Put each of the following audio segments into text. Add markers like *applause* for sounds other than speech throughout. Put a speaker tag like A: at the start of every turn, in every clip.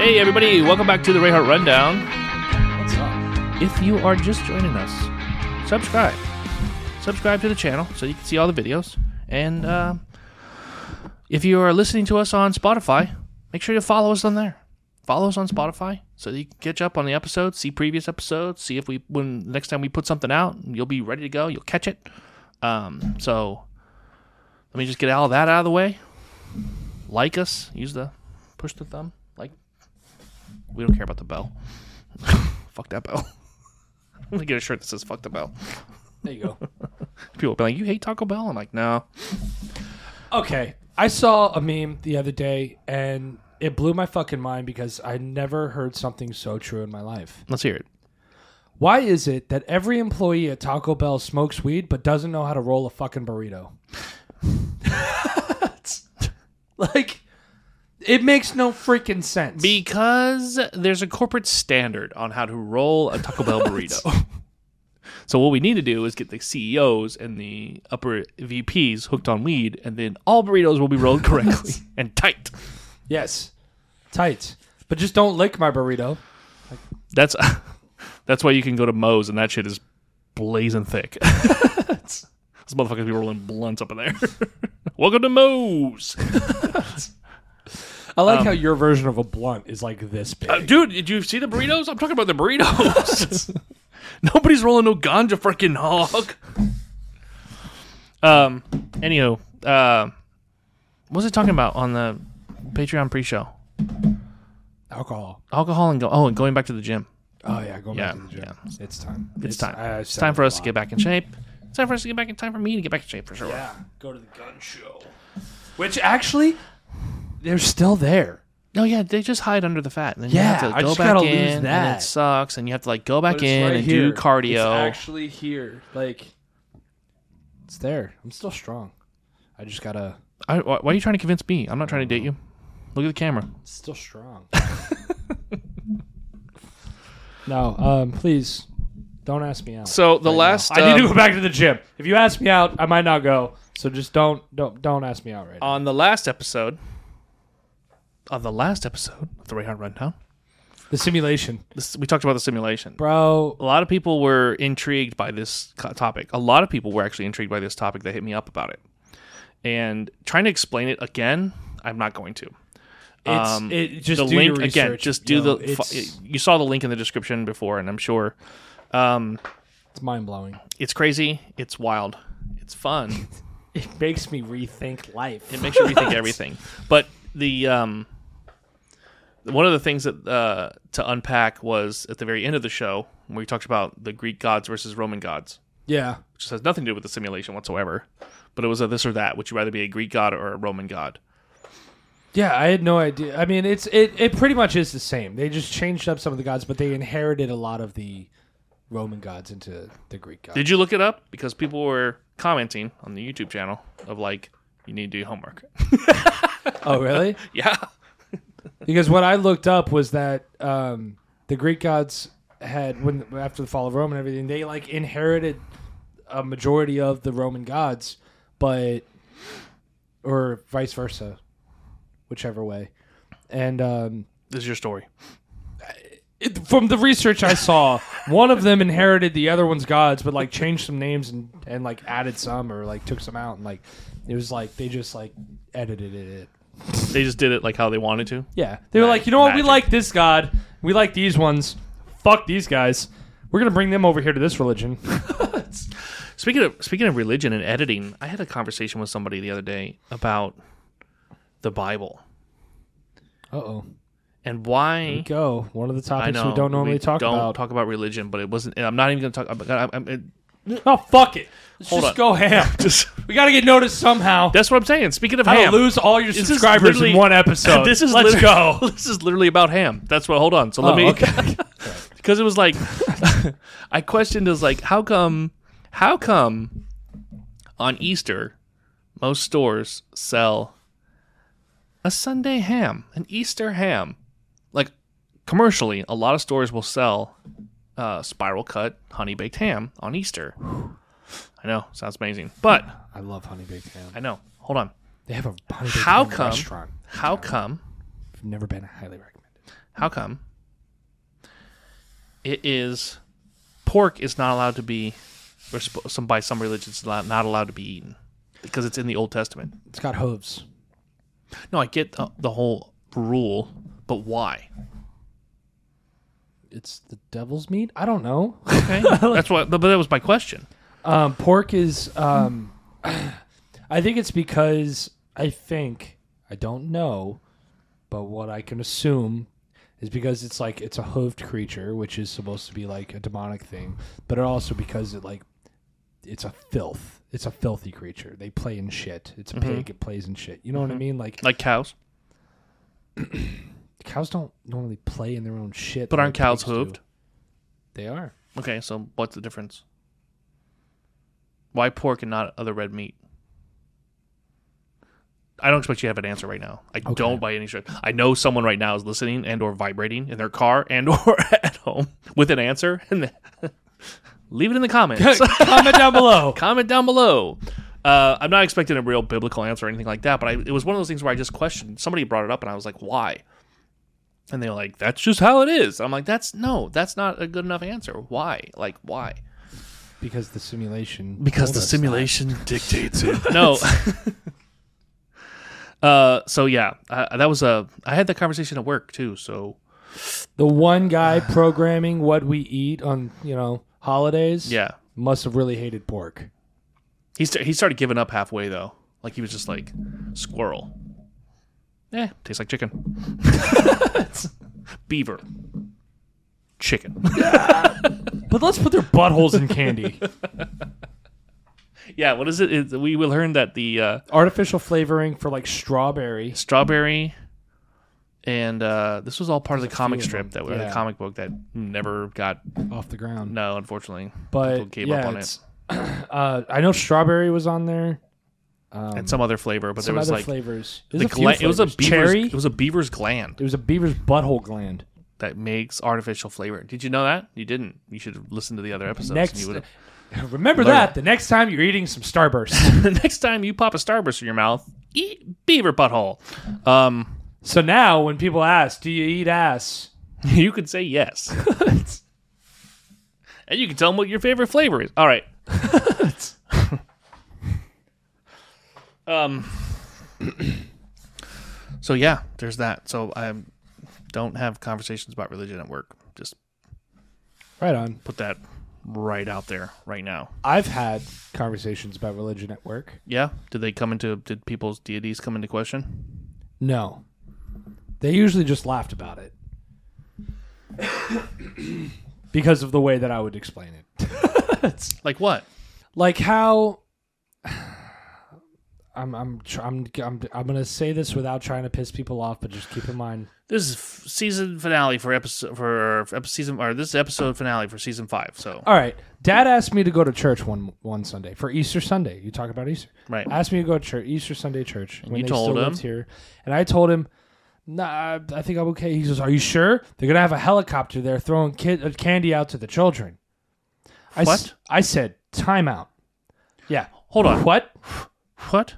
A: Hey, everybody, welcome back to the Rayhart Rundown.
B: What's up?
A: If you are just joining us, subscribe. Subscribe to the channel so you can see all the videos. And uh, if you are listening to us on Spotify, make sure you follow us on there. Follow us on Spotify so that you can catch up on the episodes, see previous episodes, see if we when next time we put something out, you'll be ready to go. You'll catch it. Um, so let me just get all that out of the way. Like us. Use the push the thumb. Like we don't care about the bell. *laughs* Fuck that bell. *laughs* I'm gonna get a shirt that says "Fuck the bell."
B: There you go.
A: People be like, "You hate Taco Bell?" I'm like, "No."
B: okay. I saw a meme the other day and it blew my fucking mind because I never heard something so true in my life.
A: Let's hear it.
B: Why is it that every employee at Taco Bell smokes weed but doesn't know how to roll a fucking burrito? *laughs* It's- like, it makes no freaking sense.
A: Because there's a corporate standard on how to roll a Taco Bell burrito. so what we need to do is get the CEOs and the upper VPs hooked on weed, and then all burritos will be rolled correctly and tight.
B: yes. Tight. But just don't lick my burrito.
A: That's *laughs* that's why you can go to Moe's and that shit is blazing thick. *laughs* It's- Those motherfuckers be rolling blunts up in there. *laughs* Welcome to Moe's.
B: I like how your version of a blunt is like this big.
A: Uh, dude, did you see the burritos? I'm talking about the burritos. *laughs* Nobody's rolling no ganja freaking hog. Um. Anywho, uh, what was it talking about on the Patreon pre-show?
B: Alcohol.
A: Alcohol and go. Oh, and going back to the gym.
B: Oh yeah, go back
A: Yeah,
B: to the gym. It's time.
A: It's, time.
B: I- I've
A: it's
B: said
A: time
B: it
A: for
B: a
A: us to
B: lot.
A: get back in shape. It's time for us to get back in time for me to get back in shape for sure.
B: Yeah, go to the gun show. Which actually, they're still there.
A: No, Oh, yeah, they just hide under the fat, and then you have
B: Yeah,
A: to
B: I
A: go
B: just
A: back
B: gotta
A: in,
B: lose
A: and
B: that.
A: it sucks, and you have to like go back in and do cardio.
B: actually here. Like, it's there. I'm still strong. I just gotta.
A: I, why why are you trying to convince me? I'm not trying to date you. Look at the camera.
B: Still strong. *laughs* no, um, please don't ask me out.
A: So the last
B: I need
A: um,
B: to go back to the gym. If you ask me out, I might not go. So just don't don't don't ask me out right now.
A: on the last episode on the last episode of the Rayhard Rundown,
B: The simulation,
A: this, we talked about the simulation.
B: Uh, bro.
A: A lot of people were intrigued by this co- topic. A lot of people were actually intrigued by this topic. They hit me up about it, and trying to explain it again, I'm not going to.
B: It's
A: Um,
B: it, just
A: the
B: do
A: link
B: your
A: again.
B: research,
A: Just do
B: yo.
A: the.
B: It's,
A: fu- You saw the link in the description before, and I'm sure um,
B: it's mind blowing.
A: it's crazy. It's wild. It's fun.
B: It makes me rethink life.
A: It makes you rethink everything. But the um, one of the things that uh, to unpack was at the very end of the show where we talked about the Greek gods versus Roman gods,
B: yeah,
A: which just has nothing to do with the simulation whatsoever. But it was a this or that. Would you rather be a Greek god or a Roman god?
B: yeah. I had no idea. I mean, it's it. It pretty much is the same. They just changed up some of the gods, but they inherited a lot of the Roman gods into the Greek gods.
A: Did you look it up? Because people were commenting on the YouTube channel of like, you need to do your homework. *laughs*
B: oh, really?
A: yeah.
B: *laughs* because what I looked up was that um, the Greek gods had when after the fall of Rome and everything, they like inherited a majority of the Roman gods, but or vice versa, whichever way. And um,
A: This is your story.
B: it, from the research I saw, one of them inherited the other one's gods, but like changed some names and, and like added some or like took some out and like it was like they just like edited it.
A: They just did it like how they wanted to.
B: Yeah. They were like, you know what?
A: magic.
B: We like this god. We like these ones. Fuck these guys. We're going to bring them over here to this religion.
A: Speaking of speaking of religion and editing, I had a conversation with somebody the other day about the Bible
B: Uh oh.
A: and why
B: Go. One of the
A: I
B: topics
A: know
B: Hmm? we don't normally talk
A: don't
B: about.
A: talk about religion, but it wasn't. I'm not even going to talk. about I'm, I'm, it-
B: oh, fuck it. Let's
A: Hold
B: just
A: on.
B: go ham.
A: *laughs* just,
B: We got to get noticed somehow.
A: that's what I'm saying. Speaking of
B: How to
A: ham,
B: lose all your
A: is
B: subscribers in
A: literally-
B: one
A: *laughs*
B: episode.
A: this is
B: Let's
A: liter-
B: go.
A: *laughs* This is literally about ham. That's what. Hold on. So let
B: Oh,
A: me *laughs*
B: okay.
A: because it was like *laughs* I questioned is like how come how come on Easter most stores sell a Sunday ham, an Easter ham. Like commercially, a lot of stores will sell uh, spiral cut honey baked ham on Easter. I know, sounds amazing. But
B: I love Honey Baked Ham.
A: I know. Hold on.
B: They have a Honey Baked
A: How
B: Ham
A: come
B: restaurant.
A: How come
B: I've never been highly recommended.
A: How come? It is pork is not allowed to be, or sp- some by some religions not not allowed to be eaten because it's in the Old Testament.
B: It's got hooves.
A: No, I get the, the whole rule, but why?
B: It's the devil's meat. I don't know.
A: Okay, *laughs* that's what. But that was my question.
B: *laughs* Um, pork is. Um, *clears throat* I think it's because I think I don't know, but what I can assume is because it's like it's a hooved creature, which is supposed to be like a demonic thing, but it also because it like it's a filth. It's a filthy creature. They play in shit. It's a pig. It plays in shit. You know what I mean? Like
A: Like cows,
B: cows don't normally play in their own shit.
A: but
B: the
A: aren't
B: way
A: cows
B: pigs do.
A: hooved?
B: They are.
A: Okay, so what's the difference? Why pork and not other red meat? I don't expect you to have an answer right now. I don't by any stretch. I know someone right now is listening and or vibrating in their car and or *laughs* at home with an answer and *laughs* then- leave it in the
B: *laughs*
A: comments.
B: Comment down below.
A: *laughs* Comment down below. Uh, I'm not expecting a real biblical answer or anything like that, but I, it was one of those things where I just questioned. Somebody brought it up and I was like, why? And they were like, that's just how it is. I'm like, that's no, that's not a good enough answer. Why? Like, why?
B: Because the simulation.
A: because
B: told
A: the
B: us
A: simulation dictates it. *laughs* No. uh, so yeah, uh, that was a. I had that conversation at work too. So
B: that. The
A: *sighs*
B: one guy programming what we eat on you know holidays.
A: yeah,
B: Must have really hated pork.
A: he sta- he started giving up halfway though. Like he was just like squirrel. Eh, tastes like chicken. *laughs* It's- Beaver. Chicken.
B: But let's put their buttholes in candy.
A: *laughs* yeah. What is it? It- we will learn that the uh,
B: Artificial flavoring for like strawberry.
A: strawberry. And uh, this was all part of the comic
B: few of
A: strip that
B: them,
A: was
B: yeah.
A: the comic book that never got
B: Off the ground.
A: no, unfortunately. people
B: but
A: gave
B: yeah,
A: up on it.
B: it's, *clears throat* uh, I know strawberry was on there.
A: and some other flavor, but
B: um, Some
A: there was
B: other
A: like
B: flavors.
A: the
B: There's a few
A: gla- it was a
B: flavors.
A: beaver's,
B: cherry.
A: It was a beaver's gland
B: It was a beaver's butthole gland.
A: that makes artificial flavor. Did you know that? You didn't. You should have listened to the other episodes. and
B: Next,
A: you would've-
B: *laughs* remember
A: Learn
B: that the next time you're eating some Starburst.
A: the *laughs* next time you pop a starburst in your mouth, eat beaver butthole. Um, *laughs*
B: So now, when people ask, "Do you eat ass?"
A: you could say yes, and you can tell them what your favorite flavor is. All right. um. *clears throat* So yeah, there's that. So I don't have conversations about religion at work. Just
B: Right on.
A: put that right out there right now.
B: I've had conversations about religion at work.
A: Yeah. Did they come into did people's deities come into question?
B: No, they usually just laughed about it *coughs* because of the way that I would explain it, *laughs*
A: Like what?
B: like how. *sighs* I'm I'm tr- I'm I'm I'm gonna say this without trying to piss people off, but just keep in mind
A: This is f- season finale for episode for, for epi- season or this is episode finale for season 5. So,
B: All right. Dad asked me to go to church one one Sunday for Easter Sunday. You talk about Easter,
A: Right.
B: Asked me to go to church Easter Sunday church when
A: you
B: they
A: told
B: still
A: him?
B: lived here, and I told him, "Nah, I think I'm okay." He says, "Are you sure? They're gonna have a helicopter there throwing kid, uh, candy out to the children." I s-
A: What?
B: I said, "Time out." Yeah.
A: hold on.
B: What?
A: What?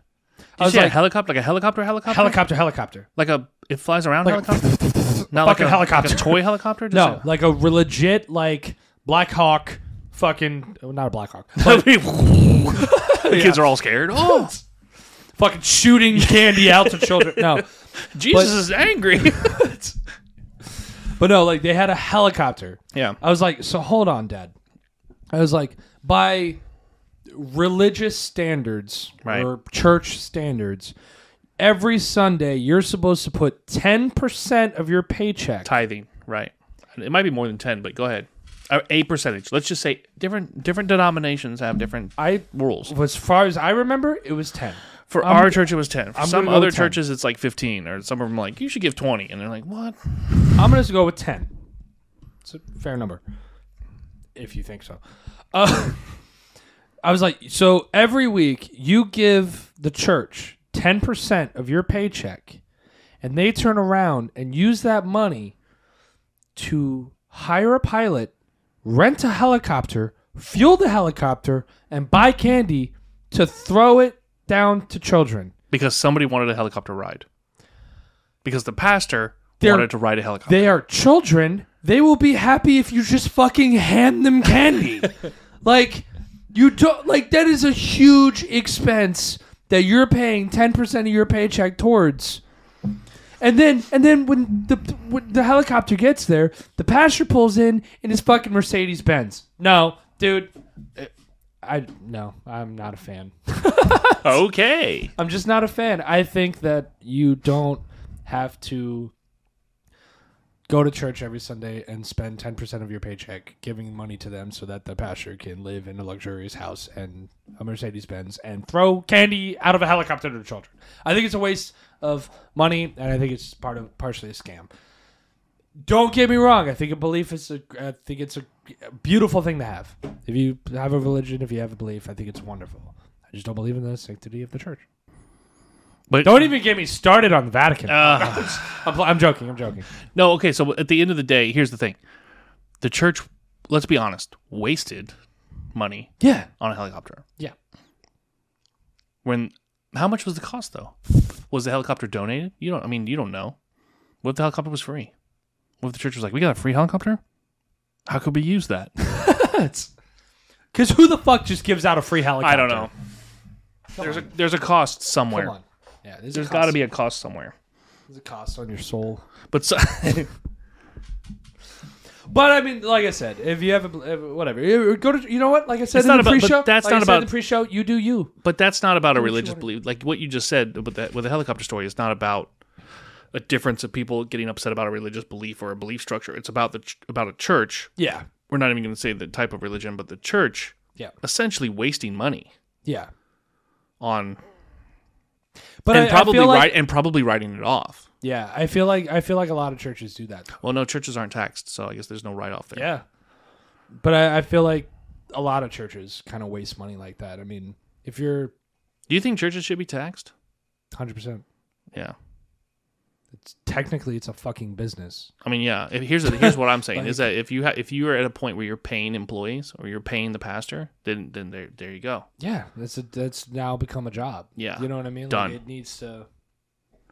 A: Did
B: I
A: you
B: was
A: say a
B: like-
A: helicopter like a helicopter helicopter?
B: Helicopter, helicopter.
A: like a it flies around
B: Like a *laughs*
A: helicopter? Not
B: fucking helicopter.
A: Like a toy helicopter? Just
B: No, like a re- legit like Black Hawk, fucking oh, not a Black
A: *laughs*
B: Hawk,
A: a- *laughs*
B: *laughs*
A: the kids are all scared. Oh,
B: fucking shooting candy out to children.
A: *laughs*
B: No.
A: *laughs* Jesus is angry.
B: *laughs*
A: *laughs*
B: But no, like they had a helicopter.
A: yeah.
B: I was like, so hold on, Dad. I was like, by religious standards
A: Right.
B: or church standards, every Sunday you're supposed to put ten percent of your paycheck.
A: tithing, right? It might be more than ten, but go ahead. A- A percentage. Let's just say different different denominations have different
B: I
A: rules.
B: as far as I remember, it was ten.
A: For our church, it was ten. For
B: I'm
A: some
B: gonna go
A: other
B: with 10.
A: churches, it's like fifteen, or some of them like you should give twenty, and they're like, what?
B: I'm gonna just go with ten. It's a fair number, if you think so. Uh, *laughs* I was like, so every week you give the church ten percent of your paycheck, and they turn around and use that money to hire a pilot, rent a helicopter, fuel the helicopter, and buy candy to throw it down to children.
A: Because somebody wanted a helicopter ride. Because the pastor
B: They're-
A: wanted to ride a helicopter.
B: They are children. They will be happy if you just fucking hand them candy. like you don't like that is a huge expense that you're paying 10% of your paycheck towards. And then and then when the when the helicopter gets there, the pastor pulls in in his fucking Mercedes Benz. No, dude, Uh, I no, I'm not a fan.
A: okay.
B: I'm just not a fan. I think that you don't have to go to church every Sunday and spend 10% of your paycheck giving money to them so that the pastor can live in a luxurious house and a Mercedes Benz and throw candy out of a helicopter to children. I think it's a waste of money and I think it's part of partially a scam. Don't get me wrong. I think a belief is a. I think it's a beautiful thing to have. If you have a religion, if you have a belief, I think it's wonderful. I just don't believe in the sanctity of the church.
A: But
B: Don't even get me started on the Vatican.
A: Uh,
B: I'm, pl- I'm joking. I'm joking.
A: no, okay. So at the end of the day, here's the thing: the church, let's be honest, wasted money
B: Yeah.
A: on a helicopter.
B: Yeah.
A: When how much was the cost though? Was the helicopter donated? You don't. I mean, you don't know. What if the helicopter was free? What if the church was like, "We got a free helicopter? How could we use that?"
B: Because who the fuck just gives out a free helicopter?
A: I don't know. There's a there's a cost somewhere.
B: Come on. Yeah, there's,
A: There's got to be a cost somewhere.
B: there's a cost on your soul.
A: But so, *laughs*
B: But I mean, like I said, if you have a if- whatever, you- go to you know what? Like I said,
A: It's
B: in
A: not
B: the
A: about-
B: pre-show,
A: but that's
B: like I
A: not
B: said in
A: about-
B: the pre-show. You do you.
A: but that's not about a religious belief. Like what you just said with that with the helicopter story is not about a difference of people getting upset about a religious belief or a belief structure. It's about the ch- about a church.
B: Yeah.
A: We're not even going to say the type of religion, but the church
B: Yeah.
A: essentially wasting money
B: Yeah.
A: on
B: But
A: and
B: I,
A: probably
B: I feel like,
A: ri- and probably writing it off.
B: yeah, I feel like I feel like a lot of churches do that.
A: Well, no, churches aren't taxed, so I guess there's no write off there.
B: Yeah. But I, I feel like a lot of churches kind of waste money like that. I mean, if you're
A: Do you think churches should be taxed?
B: 100, percent
A: Yeah.
B: it's technically it's a fucking business.
A: I mean, yeah. If, here's here's *laughs* what I'm saying
B: Like-
A: is that if you ha- if you are at a point where you're paying employees or you're paying the pastor, then then there there you go.
B: Yeah, that's a, that's now become a job.
A: Yeah.
B: you know what I mean. Like,
A: Done.
B: it needs to.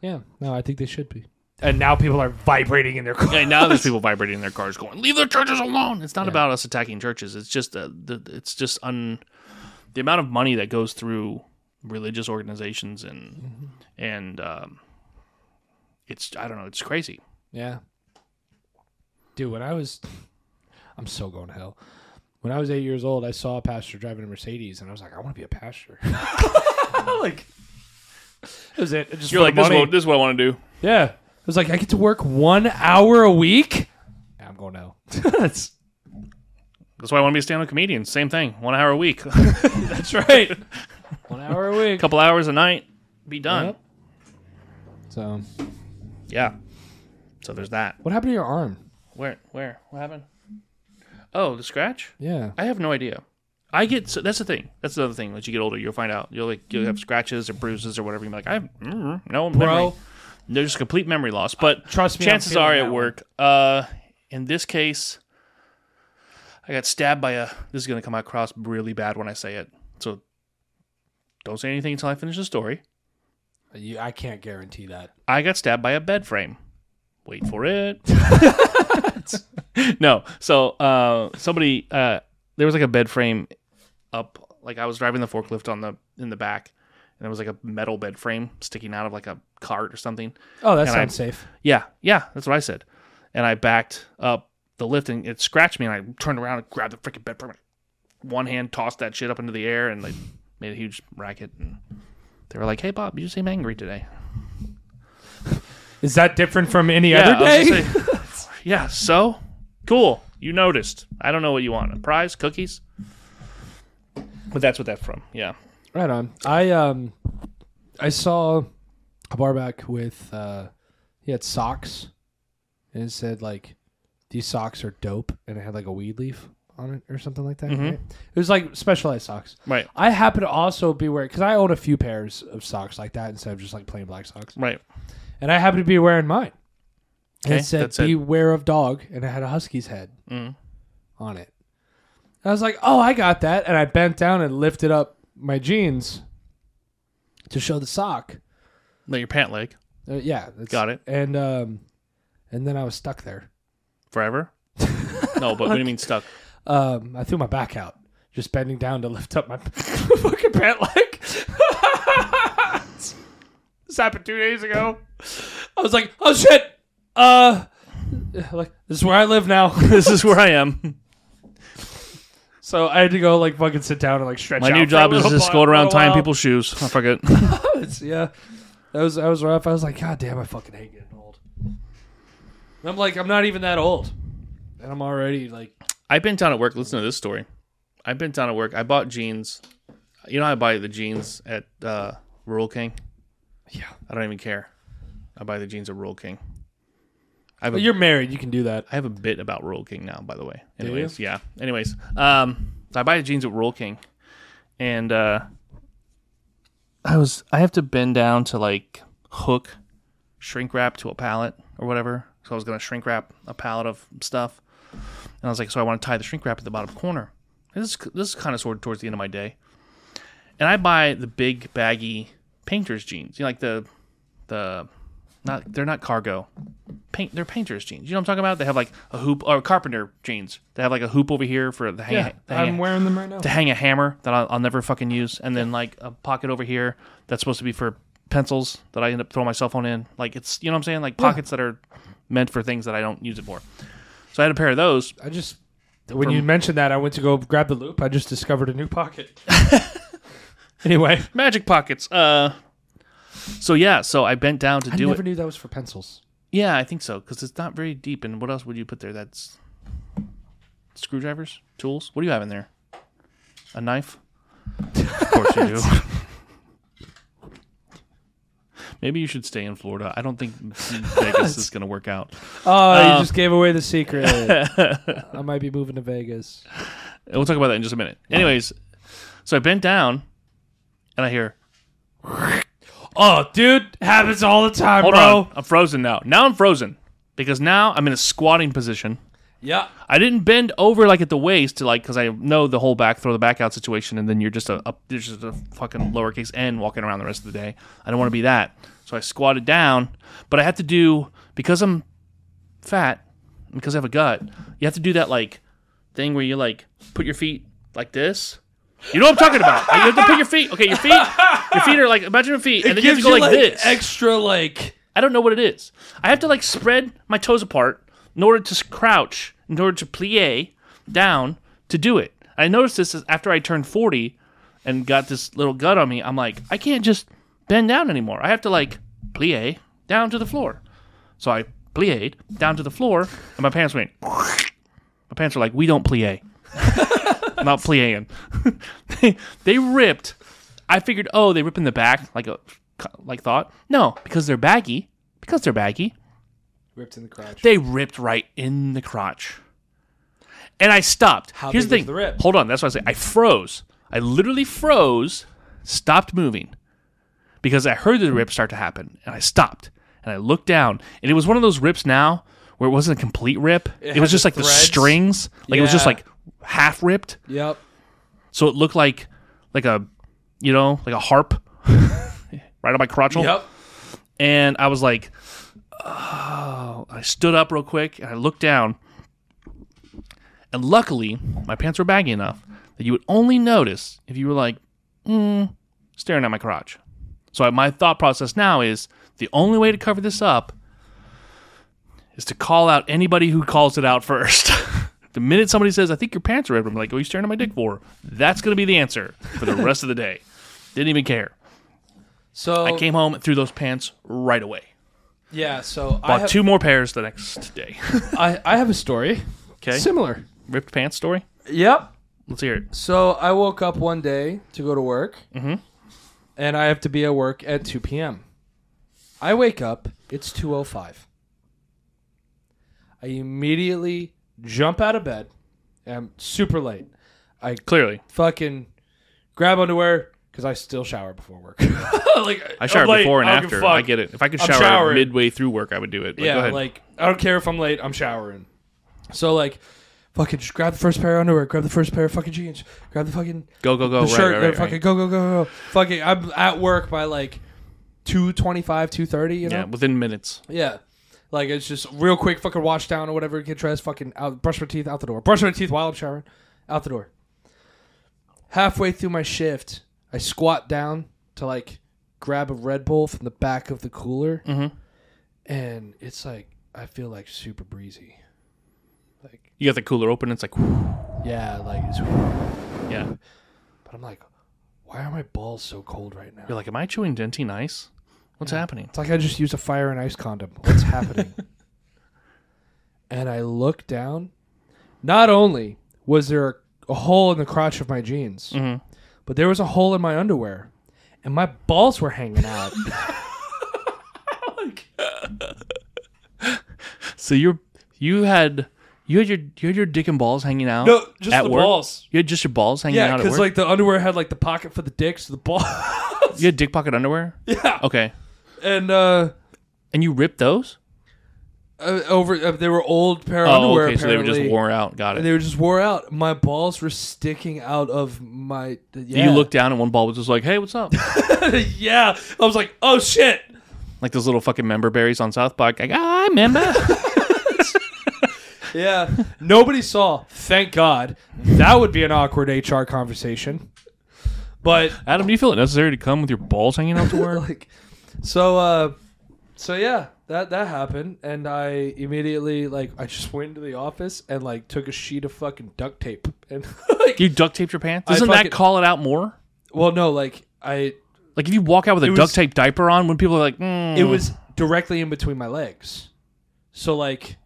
B: Yeah, no, I think they should be. And now people are vibrating in their cars.
A: And *laughs* now there's people vibrating in their cars going, "Leave the churches alone." It's not about us attacking churches. It's just uh, the, it's just un the amount of money that goes through religious organizations and and um, it's I don't know, it's crazy.
B: Yeah, dude. When I was, I'm so going to hell. When I was eight years old, I saw a pastor driving a Mercedes, and I was like, I want to be a pastor. *laughs* like, that was it. It just
A: You're
B: for
A: like
B: the
A: this is,
B: money.
A: what, this is what I want to do.
B: Yeah. It was like, I get to work one hour a week? Yeah, I'm going to hell. *laughs* that's,
A: That's why I want to be a stand-up comedian. Same thing, one hour a week, *laughs* a
B: that's right. *laughs* one hour a week.
A: couple hours a night, be done.
B: Yep. So,
A: Yeah. So there's that.
B: what happened to your arm?
A: Where? Where? What happened? Oh, the scratch?
B: Yeah.
A: I have no idea. I get so that's the thing. That's another thing. As you get older, you'll find out you'll like you'll have scratches or bruises or whatever. You're like I have mm, no memory.
B: Mm-hmm. Bro, Uh,
A: They're just complete memory loss. But
B: trust me, I'm
A: chances
B: feeling
A: are
B: that
A: it
B: one.
A: work. Uh, in this case, I got stabbed by a. This is gonna come across really bad when I say it. So don't say anything until I finish the story.
B: you, I can't guarantee that.
A: I got stabbed by a bed frame. Wait for it. no, so uh, somebody uh, there was like a bed frame up. Like I was driving the forklift on the in the back, and there was like a metal bed frame sticking out of like a cart or something.
B: Oh, that
A: And I-
B: sounds safe.
A: Yeah, yeah, that's what I said. And I backed up the lift, and it scratched me. And I turned around and grabbed the freaking bed frame. One hand tossed that shit up into the air, and like made a huge racket. And they were like, "Hey, Bob, you seem angry today."
B: Is that different from any
A: Yeah,
B: other
A: I was
B: *laughs* day?
A: gonna say- *laughs* yeah, so cool. You noticed. I don't know what you want. A prize, cookies? But that's what that's from. Yeah.
B: Right on. I um, I saw a barback with uh, he had socks, and it said like, "These socks are dope," and it had like a weed leaf on it or something like that. right? It was like specialized socks.
A: Right.
B: I happen to also be wearing because I own a few pairs of socks like that instead of just like plain black socks,
A: Right.
B: and I happen to be wearing mine. And
A: Okay,
B: it said
A: that's it.
B: "Beware of dog," and it had a husky's head
A: Mm.
B: on it. And I was like, oh, I got that. And I bent down and lifted up my jeans to show the sock.
A: No, your pant leg.
B: Uh, yeah. That's,
A: Got it.
B: And um, and then I was stuck there.
A: Forever? no, but what do you mean stuck?
B: Um, I threw my back out, just bending down to *laughs* lift up my fucking pant leg. *laughs* this happened two days ago. I was like, oh shit. Uh, like this is where I live now. *laughs*
A: This is where I am.
B: so I had to go like fucking sit down and like stretch.
A: My
B: out
A: new
B: for a
A: job is
B: little
A: just
B: bit-
A: going around
B: little
A: tying
B: while.
A: people's shoes. Oh, I forget.
B: It's- yeah, that was that was rough. I was like, God damn, I fucking hate getting old. And I'm like, I'm not even that old, and I'm already like,
A: I've been down at work. Listen to this story. I've been down at work. I bought jeans. You know, how I buy the jeans at uh, Rural King.
B: yeah.
A: I don't even care. I buy the jeans at Rural King. I have a
B: But you're married, you can do that.
A: I have a bit about Rural King now, by the way.
B: you?
A: Anyways, yeah. Anyways, um, so I buy the jeans at Rural King, and uh, I was I have to bend down to like hook, shrink wrap to a pallet or whatever. So I was gonna shrink wrap a pallet of stuff, and I was like, so I want to tie the shrink wrap at the bottom corner. And This is- this is kind of sort of towards the end of my day, and I buy the big baggy painter's jeans, you know, like the the not they're not cargo paint they're painters jeans. You know what I'm talking about? They have like a hoop or carpenter jeans. They have like a hoop over here for the hang,
B: Yeah,
A: the
B: I'm
A: hang,
B: wearing them right now.
A: to hang a hammer that I'll, I'll never fucking use, and then like a pocket over here that's supposed to be for pencils that I end up throwing my cell phone in. Like it's you know what I'm saying? Like pockets that are meant for things that I don't use it for. So I had a pair of those.
B: I just when you mentioned that, I went to go grab the loop. I just discovered a new *laughs* pocket. anyway,
A: Magic pockets. Uh so yeah, so I bent down to
B: I
A: do
B: never
A: it.
B: knew that was for pencils.
A: Yeah, I think so because it's not very deep. And what else would you put there? That's screwdrivers, tools. What do you have in there? A knife. of course *laughs* you do. Maybe you should stay in Florida. I don't think Vegas *laughs* is going to work out.
B: Oh, you just gave away the *laughs* secret. I might be moving to Vegas.
A: And We'll talk about that in just a minute. Anyways, so I bent down and I hear,
B: Oh, dude, happens all the time,
A: hold
B: bro.
A: on, I'm frozen now. Now I'm frozen because now I'm in a squatting position.
B: Yeah,
A: I didn't bend over like at the waist to like because I know the whole back throw the back out situation, and then you're just a, a you're just a fucking lowercase n walking around the rest of the day. I don't want to be that, so I squatted down. But I have to do because I'm fat, and because I have a gut. You have to do that like thing where you like put your feet like this. You know what I'm talking about? Like, you have to put your feet. Okay, your feet, your feet are like imagine your feet, and then you have to go like, this.
B: extra like.
A: I don't know what it is. I have to like spread my toes apart in order to s- crouch, in order to plie down to do it. I noticed this is after I turned 40 and got this little gut on me. I'm like, I can't just bend down anymore. I have to like plie down to the floor. So I plied down to the floor, and my pants went. *sniffs* My pants were like, we don't plie. *laughs* Not plieing. *laughs* they, they ripped. I figured, oh, they rip in the back, like a like thought. No, because they're baggy. Because they're baggy,
B: Ripped in the crotch.
A: they ripped right in the crotch. And I stopped.
B: How
A: Here's
B: big
A: the thing.
B: was the rip?
A: Hold on, that's why I say I froze. I literally froze, stopped moving, because I heard the rip start to happen, and I stopped and I looked down, and it was one of those rips now where it wasn't a complete rip. It, was
B: had
A: just
B: the
A: like the
B: threads.
A: strings, like it was just
B: Yeah.
A: like half ripped.
B: Yep.
A: So it looked like like a you know like a harp *laughs* right on my crotchel
B: Yep.
A: and I was like, oh. I stood up real quick and I looked down. And luckily, my pants were baggy enough that you would only notice if you were like, mm, staring at my crotch. So I, my thought process now is the only way to cover this up is to call out anybody who calls it out first. *laughs* the minute somebody says, I think your pants are ripped, I'm like, what are you staring at my dick for? That's going to be the answer for the rest of the day. Didn't even care.
B: So
A: I came home and threw those pants right away.
B: yeah. So I
A: Bought
B: have,
A: two more pairs the next day. *laughs*
B: I, I have a story.
A: okay.
B: Similar.
A: Ripped pants story.
B: Yep.
A: Let's hear it.
B: So I woke up one day to go to work,
A: Mm-hmm.
B: and I have to be at work at 2 p.m. I wake up. It's 2:05. I immediately jump out of bed. I'm super late. I
A: Clearly,
B: fucking grab underwear because I still shower before work. *laughs* Oh, like
A: I showered
B: I'm late,
A: before and
B: I don't give
A: after.
B: a fuck.
A: I get it. If I could
B: I'm
A: shower
B: showering.
A: midway through work, I would do it. But go
B: yeah,
A: ahead.
B: like I don't care if I'm late, I'm showering. So like, fucking just grab the first pair of underwear, grab the first pair of fucking jeans, grab the fucking
A: go go go.
B: the
A: Oh, right,
B: shirt,
A: right,
B: uh,
A: right,
B: fucking
A: right.
B: go go go go. go. Fucking, I'm at work by like two twenty five, two thirty. You know,
A: Yeah, within minutes.
B: yeah. Like it's just real quick, fucking wash down or whatever. Get dressed, fucking out, brush my teeth, out the door. Brush my teeth while I'm showering, out the door. Halfway through my shift, I squat down to like grab a Red Bull from the back of the cooler,
A: Mm-hmm.
B: and it's like I feel like super breezy. Like
A: You got the cooler open. It's like, *sighs*
B: yeah, like it's.
A: yeah.
B: But I'm like, why are my balls so cold right now?
A: You're like, am I chewing dentine ice? What's happening?
B: It's like I just used a fire and ice condom.
A: *laughs*
B: What's happening? and I look down. Not only was there a hole in the crotch of my jeans,
A: Mhm.
B: but there was a hole in my underwear, and my balls were hanging out.
A: *laughs* So you're you had you had your you had your dick and balls hanging out.
B: No, just the
A: work?
B: balls.
A: You had just your balls hanging
B: yeah,
A: out at
B: because
A: work.
B: like the underwear had like the pocket for the dicks, the *laughs* ball.
A: you had dick pocket underwear.
B: yeah,
A: Okay,
B: and uh,
A: and you ripped those.
B: uh, over uh, they were old pair of
A: Oh,
B: underwear.
A: okay. So they were just
B: apparently,
A: worn out. Got
B: And
A: it.
B: they were just wore out. My balls were sticking out of my. Yeah.
A: You looked down and one ball was just like, "Hey, what's up?"
B: *laughs* yeah, I was like, oh shit.
A: like those little fucking member berries on South Park. Like, I "Ah, member.
B: *laughs* Yeah. Nobody saw. Thank God. That would be an awkward HR conversation. But
A: Adam, do you feel it necessary to come with your balls hanging out to work?
B: *laughs* like so uh so yeah, that that happened and I immediately like I just went into the office and like took a sheet of fucking duct tape and *laughs* like
A: you duct taped your pants.
B: I
A: Doesn't
B: fucking-
A: that call it out more?
B: well no, like I
A: Like if you walk out with a
B: was-
A: duct tape diaper on, when people are like, mm,
B: it was directly in between my legs. So like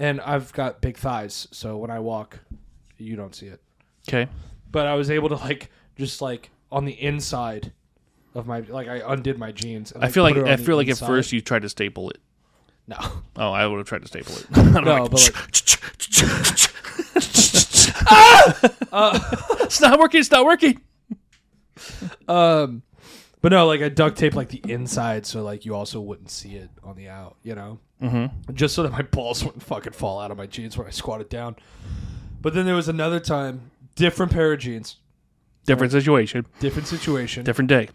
B: and I've got big thighs, so when I walk you don't see it.
A: okay."
B: but I was able to like just like on the inside of my like I undid my jeans. And,
A: I feel like
B: put it on
A: I
B: the
A: feel like
B: inside.
A: at first you tried to staple it.
B: no,
A: *laughs* Oh, I would have tried to staple it. *laughs* I'm
B: no,
A: like,
B: but like
A: it's not working. It's not working.
B: um, but no, like I duct taped like the inside so like you also wouldn't see it on the out, you know, mm-hmm. just so that my balls *laughs* wouldn't fucking fall out of my jeans when I squatted down. But then there was another time, different pair of jeans,
A: Different situation,
B: different situation.
A: different day.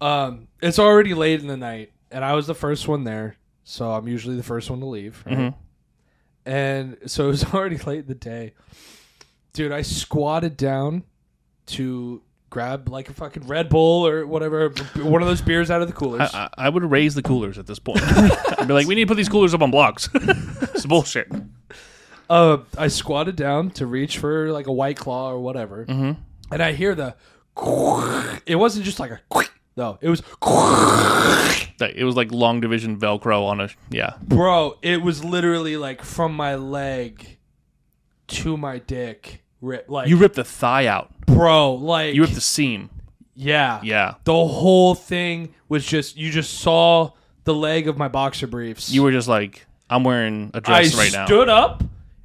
B: Um, it's already late in the night, and I was the first one there, so I'm usually the first one to leave. Right? And so it was *laughs* already late in the day, dude. I squatted down to grab like a fucking Red Bull or whatever, one of those beers out of the coolers.
A: I, I I would raise the coolers at this point. *laughs* I'd be like, we need to put these coolers up on blocks. *laughs* it's bullshit.
B: uh, I squatted down to reach for like a White Claw or whatever, and I hear the. *laughs* It wasn't just like a *laughs* though. It was
A: Like, It was like long division Velcro on a yeah.
B: Bro, it was literally like from my leg to my dick. Rip, like,
A: You ripped the thigh out.
B: bro, like,
A: You ripped the seam.
B: yeah,
A: Yeah.
B: The whole thing was just you just saw the leg of my boxer briefs.
A: You were just like, I'm wearing a
B: I
A: dress right now.
B: stood up,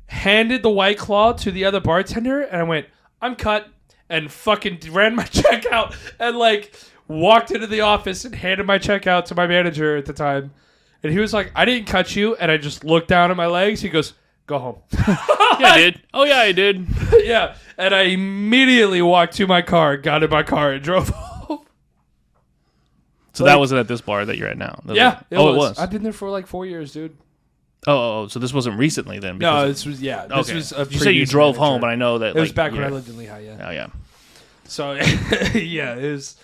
B: handed the white claw to the other bartender, and I went, "I'm cut," and fucking ran my *laughs* check out and like walked into the office and handed my check out to my manager at the time, and he was like, "I didn't cut you," and I just looked down at my legs. He goes, "Go home."
A: yeah, I did. Oh yeah, I did.
B: *laughs* yeah, and I immediately walked to my car, got in my car, and drove *laughs* home.
A: So that wasn't at this bar that you're at now. That
B: yeah,
A: was- oh, it was.
B: I've been there for like four years, dude.
A: oh, oh, oh, so this wasn't recently then.
B: No,
A: Because
B: this was yeah. This
A: okay.
B: was a
A: you said you
B: previous
A: drove
B: manager.
A: home, and I know that
B: It was
A: like,
B: back
A: yeah.
B: when I lived in Lehigh. Yeah.
A: Oh yeah.
B: So *laughs* yeah, it was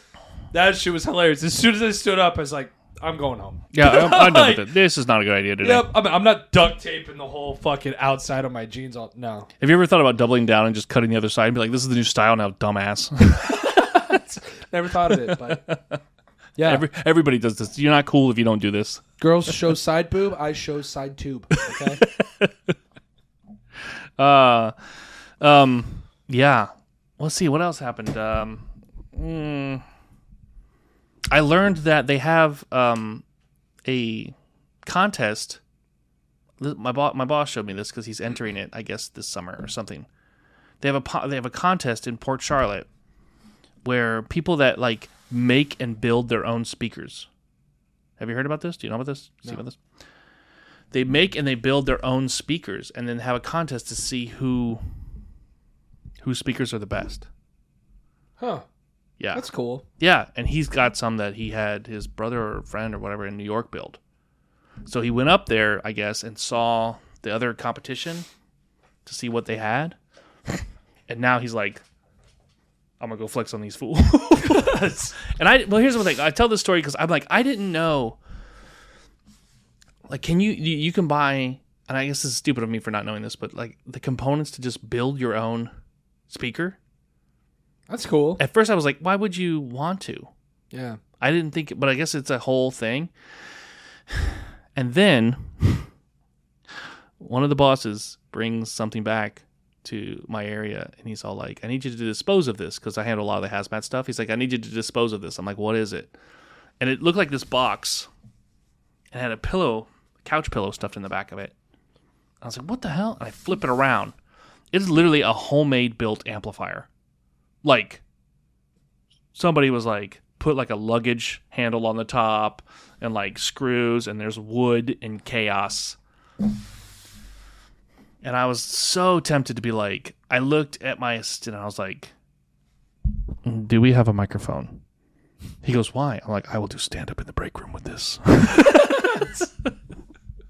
B: that shit was hilarious. As soon as I stood up, I was like, I'm going home.
A: Yeah, I'm, I'm
B: *laughs*
A: done
B: Like-
A: with it. This is not a good idea today.
B: Yep, I'm, I'm not duct taping the whole fucking outside of my jeans. All no,
A: Have you ever thought about doubling down and just cutting the other side and be like, "This is the new style now, dumbass." *laughs*
B: never thought of it. But yeah,
A: Every, everybody does this. You're not cool if you don't do this.
B: girls show side boob, I show side tube.
A: *laughs*
B: Okay,
A: Uh, um, yeah. Let's see what else happened. Um, mm, I learned that they have um a contest. Th- My boss, my boss showed me this because he's entering it, I guess, this summer or something. They have a po- they have a contest in Port Charlotte where people that like make and build their own speakers. Have you heard about this? Do you know about this? See about this? They make and they build their own speakers, and then have a contest to see who whose speakers are the best.
B: huh?
A: Yeah,
B: That's cool.
A: yeah, and he's got some that he had his brother or friend or whatever in New York build. So he went up there, I guess, and saw the other competition to see what they had. And now he's like, I'm gonna go flex on these fools. *laughs* and I well, here's the thing. I tell this story because I'm like, I didn't know. Like, can you you, you can buy? And I guess this is stupid of me for not knowing this, but like the components to just build your own speaker.
B: That's cool.
A: At first, I was like, why would you want to?
B: Yeah.
A: I didn't think, but I guess it's a whole thing. *sighs* And then one of the bosses brings something back to my area, and he's all like, "I need you to dispose of this because I handle a lot of the hazmat stuff." He's like, "I need you to dispose of this." I'm like, "What is it?" And it looked like this box, and had a pillow, couch pillow stuffed in the back of it. I was like, "What the hell?" And I flip it around. It's literally a homemade built amplifier. Like somebody was like put like a luggage handle on the top and like screws and there's wood and chaos and i was so tempted to be like i looked at my assistant and i was like do we have a microphone he goes why i'm like i will do stand up in the break room with this *laughs*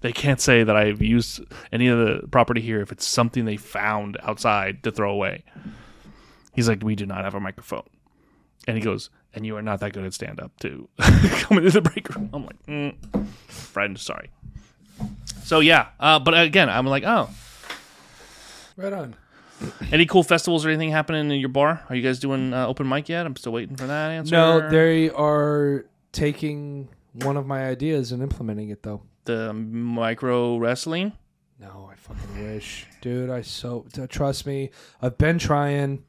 A: they can't say that i've used any of the property here if it's something they found outside to throw away he's like we do not have a microphone and he goes, and you are not that good at stand up to *laughs* come into the break room. I'm like, mm, friend, sorry. So yeah, uh, but again, I'm like, oh,
B: Right on.
A: any cool festivals or anything happening in your bar? Are you guys doing uh, open mic yet? I'm still waiting for that answer.
B: No, they are taking one of my ideas and implementing it though.
A: the micro wrestling.
B: No, I fucking wish, dude. I so t- trust me. I've been trying.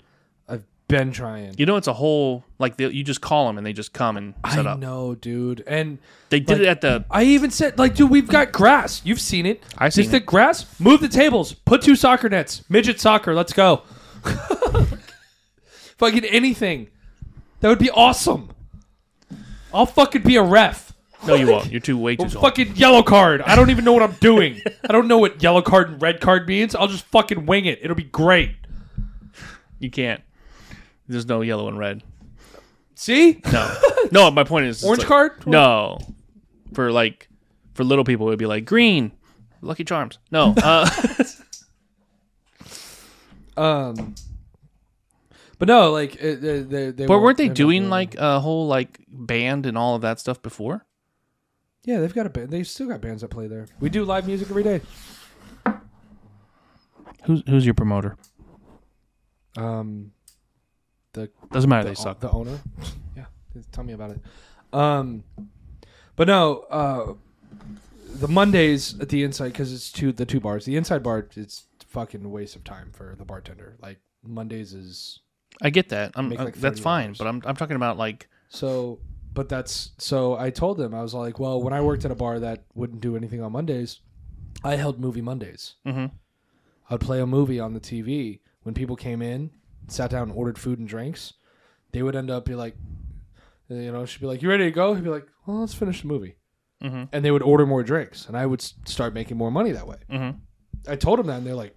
B: I've been trying.
A: You know, it's a whole like they, you just call them and they just come and set
B: I
A: up.
B: know, dude. And
A: They did
B: Like-
A: it at the
B: I even said, like, dude, we've got grass. You've seen it.
A: I seen
B: Just the grass. Move the tables. Put two soccer nets. Midget soccer. Let's go. *laughs* fucking anything. That would be awesome. I'll fucking be a ref.
A: no, you won't. You're too way too.
B: *laughs* Well,
A: tall.
B: fucking yellow card. I don't even know what I'm doing. I don't know what yellow card and red card means. I'll just fucking wing it. It'll be great.
A: You can't. There's no yellow and
B: *laughs*
A: red.
B: See?
A: No, no. My point is it's
B: Orange
A: like-
B: card?
A: No, for like for little people, it would be like green, Lucky Charms. No, *laughs* uh,
B: Um. But no, like, it, they, they, they
A: but weren't they
B: they're not
A: doing
B: really-
A: like a whole like band and all of that stuff before?
B: Yeah, they've got a band. They've still got bands that play there. We do live music every day.
A: Who's who's your promoter?
B: Um, the
A: Doesn't matter.
B: the,
A: they suck.
B: the owner. *laughs* Yeah, tell me about it. Um, but no, uh, the Mondays at the inside because it's two the two bars. The inside bar it's fucking waste of time for the bartender. Like Mondays is
A: I get that. I'm,
B: Make,
A: uh,
B: like,
A: that's
B: 30
A: fine.
B: hours.
A: But I'm I'm talking about like
B: so. But that's so. I told them I was like, well, when I worked at a bar that wouldn't do anything on Mondays, I held movie Mondays.
A: mhm.
B: I'd play a movie on the TV. When people came in, sat down, ordered food and drinks, they would end up be like, you know, she'd be like, "You ready to go?" He'd be like, "Well, let's finish the movie,"
A: Mhm.
B: and they would order more drinks, and I would s- start making more money that way.
A: Mhm.
B: I told him that, and they're like,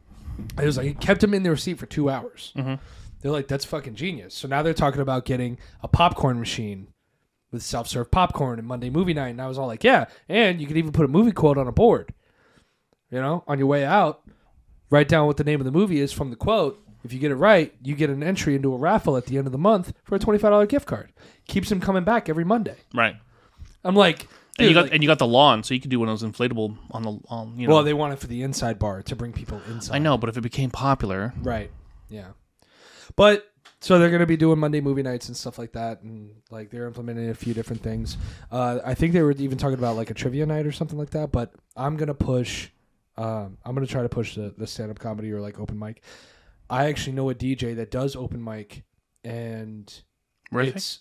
B: "It was like it kept them in their seat for two hours."
A: Mhm.
B: They're like, "That's fucking genius." So now they're talking about getting a popcorn machine with self-serve popcorn and Monday movie night, and I was all like, "Yeah," and you could even put a movie quote on a board. You know, on your way out, write down what the name of the movie is from the quote. If you get it right, you get an entry into a raffle at the end of the month for a twenty five dollar gift card. Keeps them coming back every Monday.
A: right.
B: I'm like,
A: And you
B: dude,
A: got
B: like-
A: and you got the lawn, so you could do one of those inflatable on the on you know.
B: well, they want it for the inside bar to bring people inside.
A: I know, but if it became popular,
B: Right. Yeah. But so they're going to be doing Monday movie nights and stuff like that, and like they're implementing a few different things. Uh, I think they were even talking about like a trivia night or something like that. But I'm going to push. Um, I'm going to try to push the, the stand up comedy or like open mic. I actually know a DJ that does open mic, and
A: Riffic?
B: it's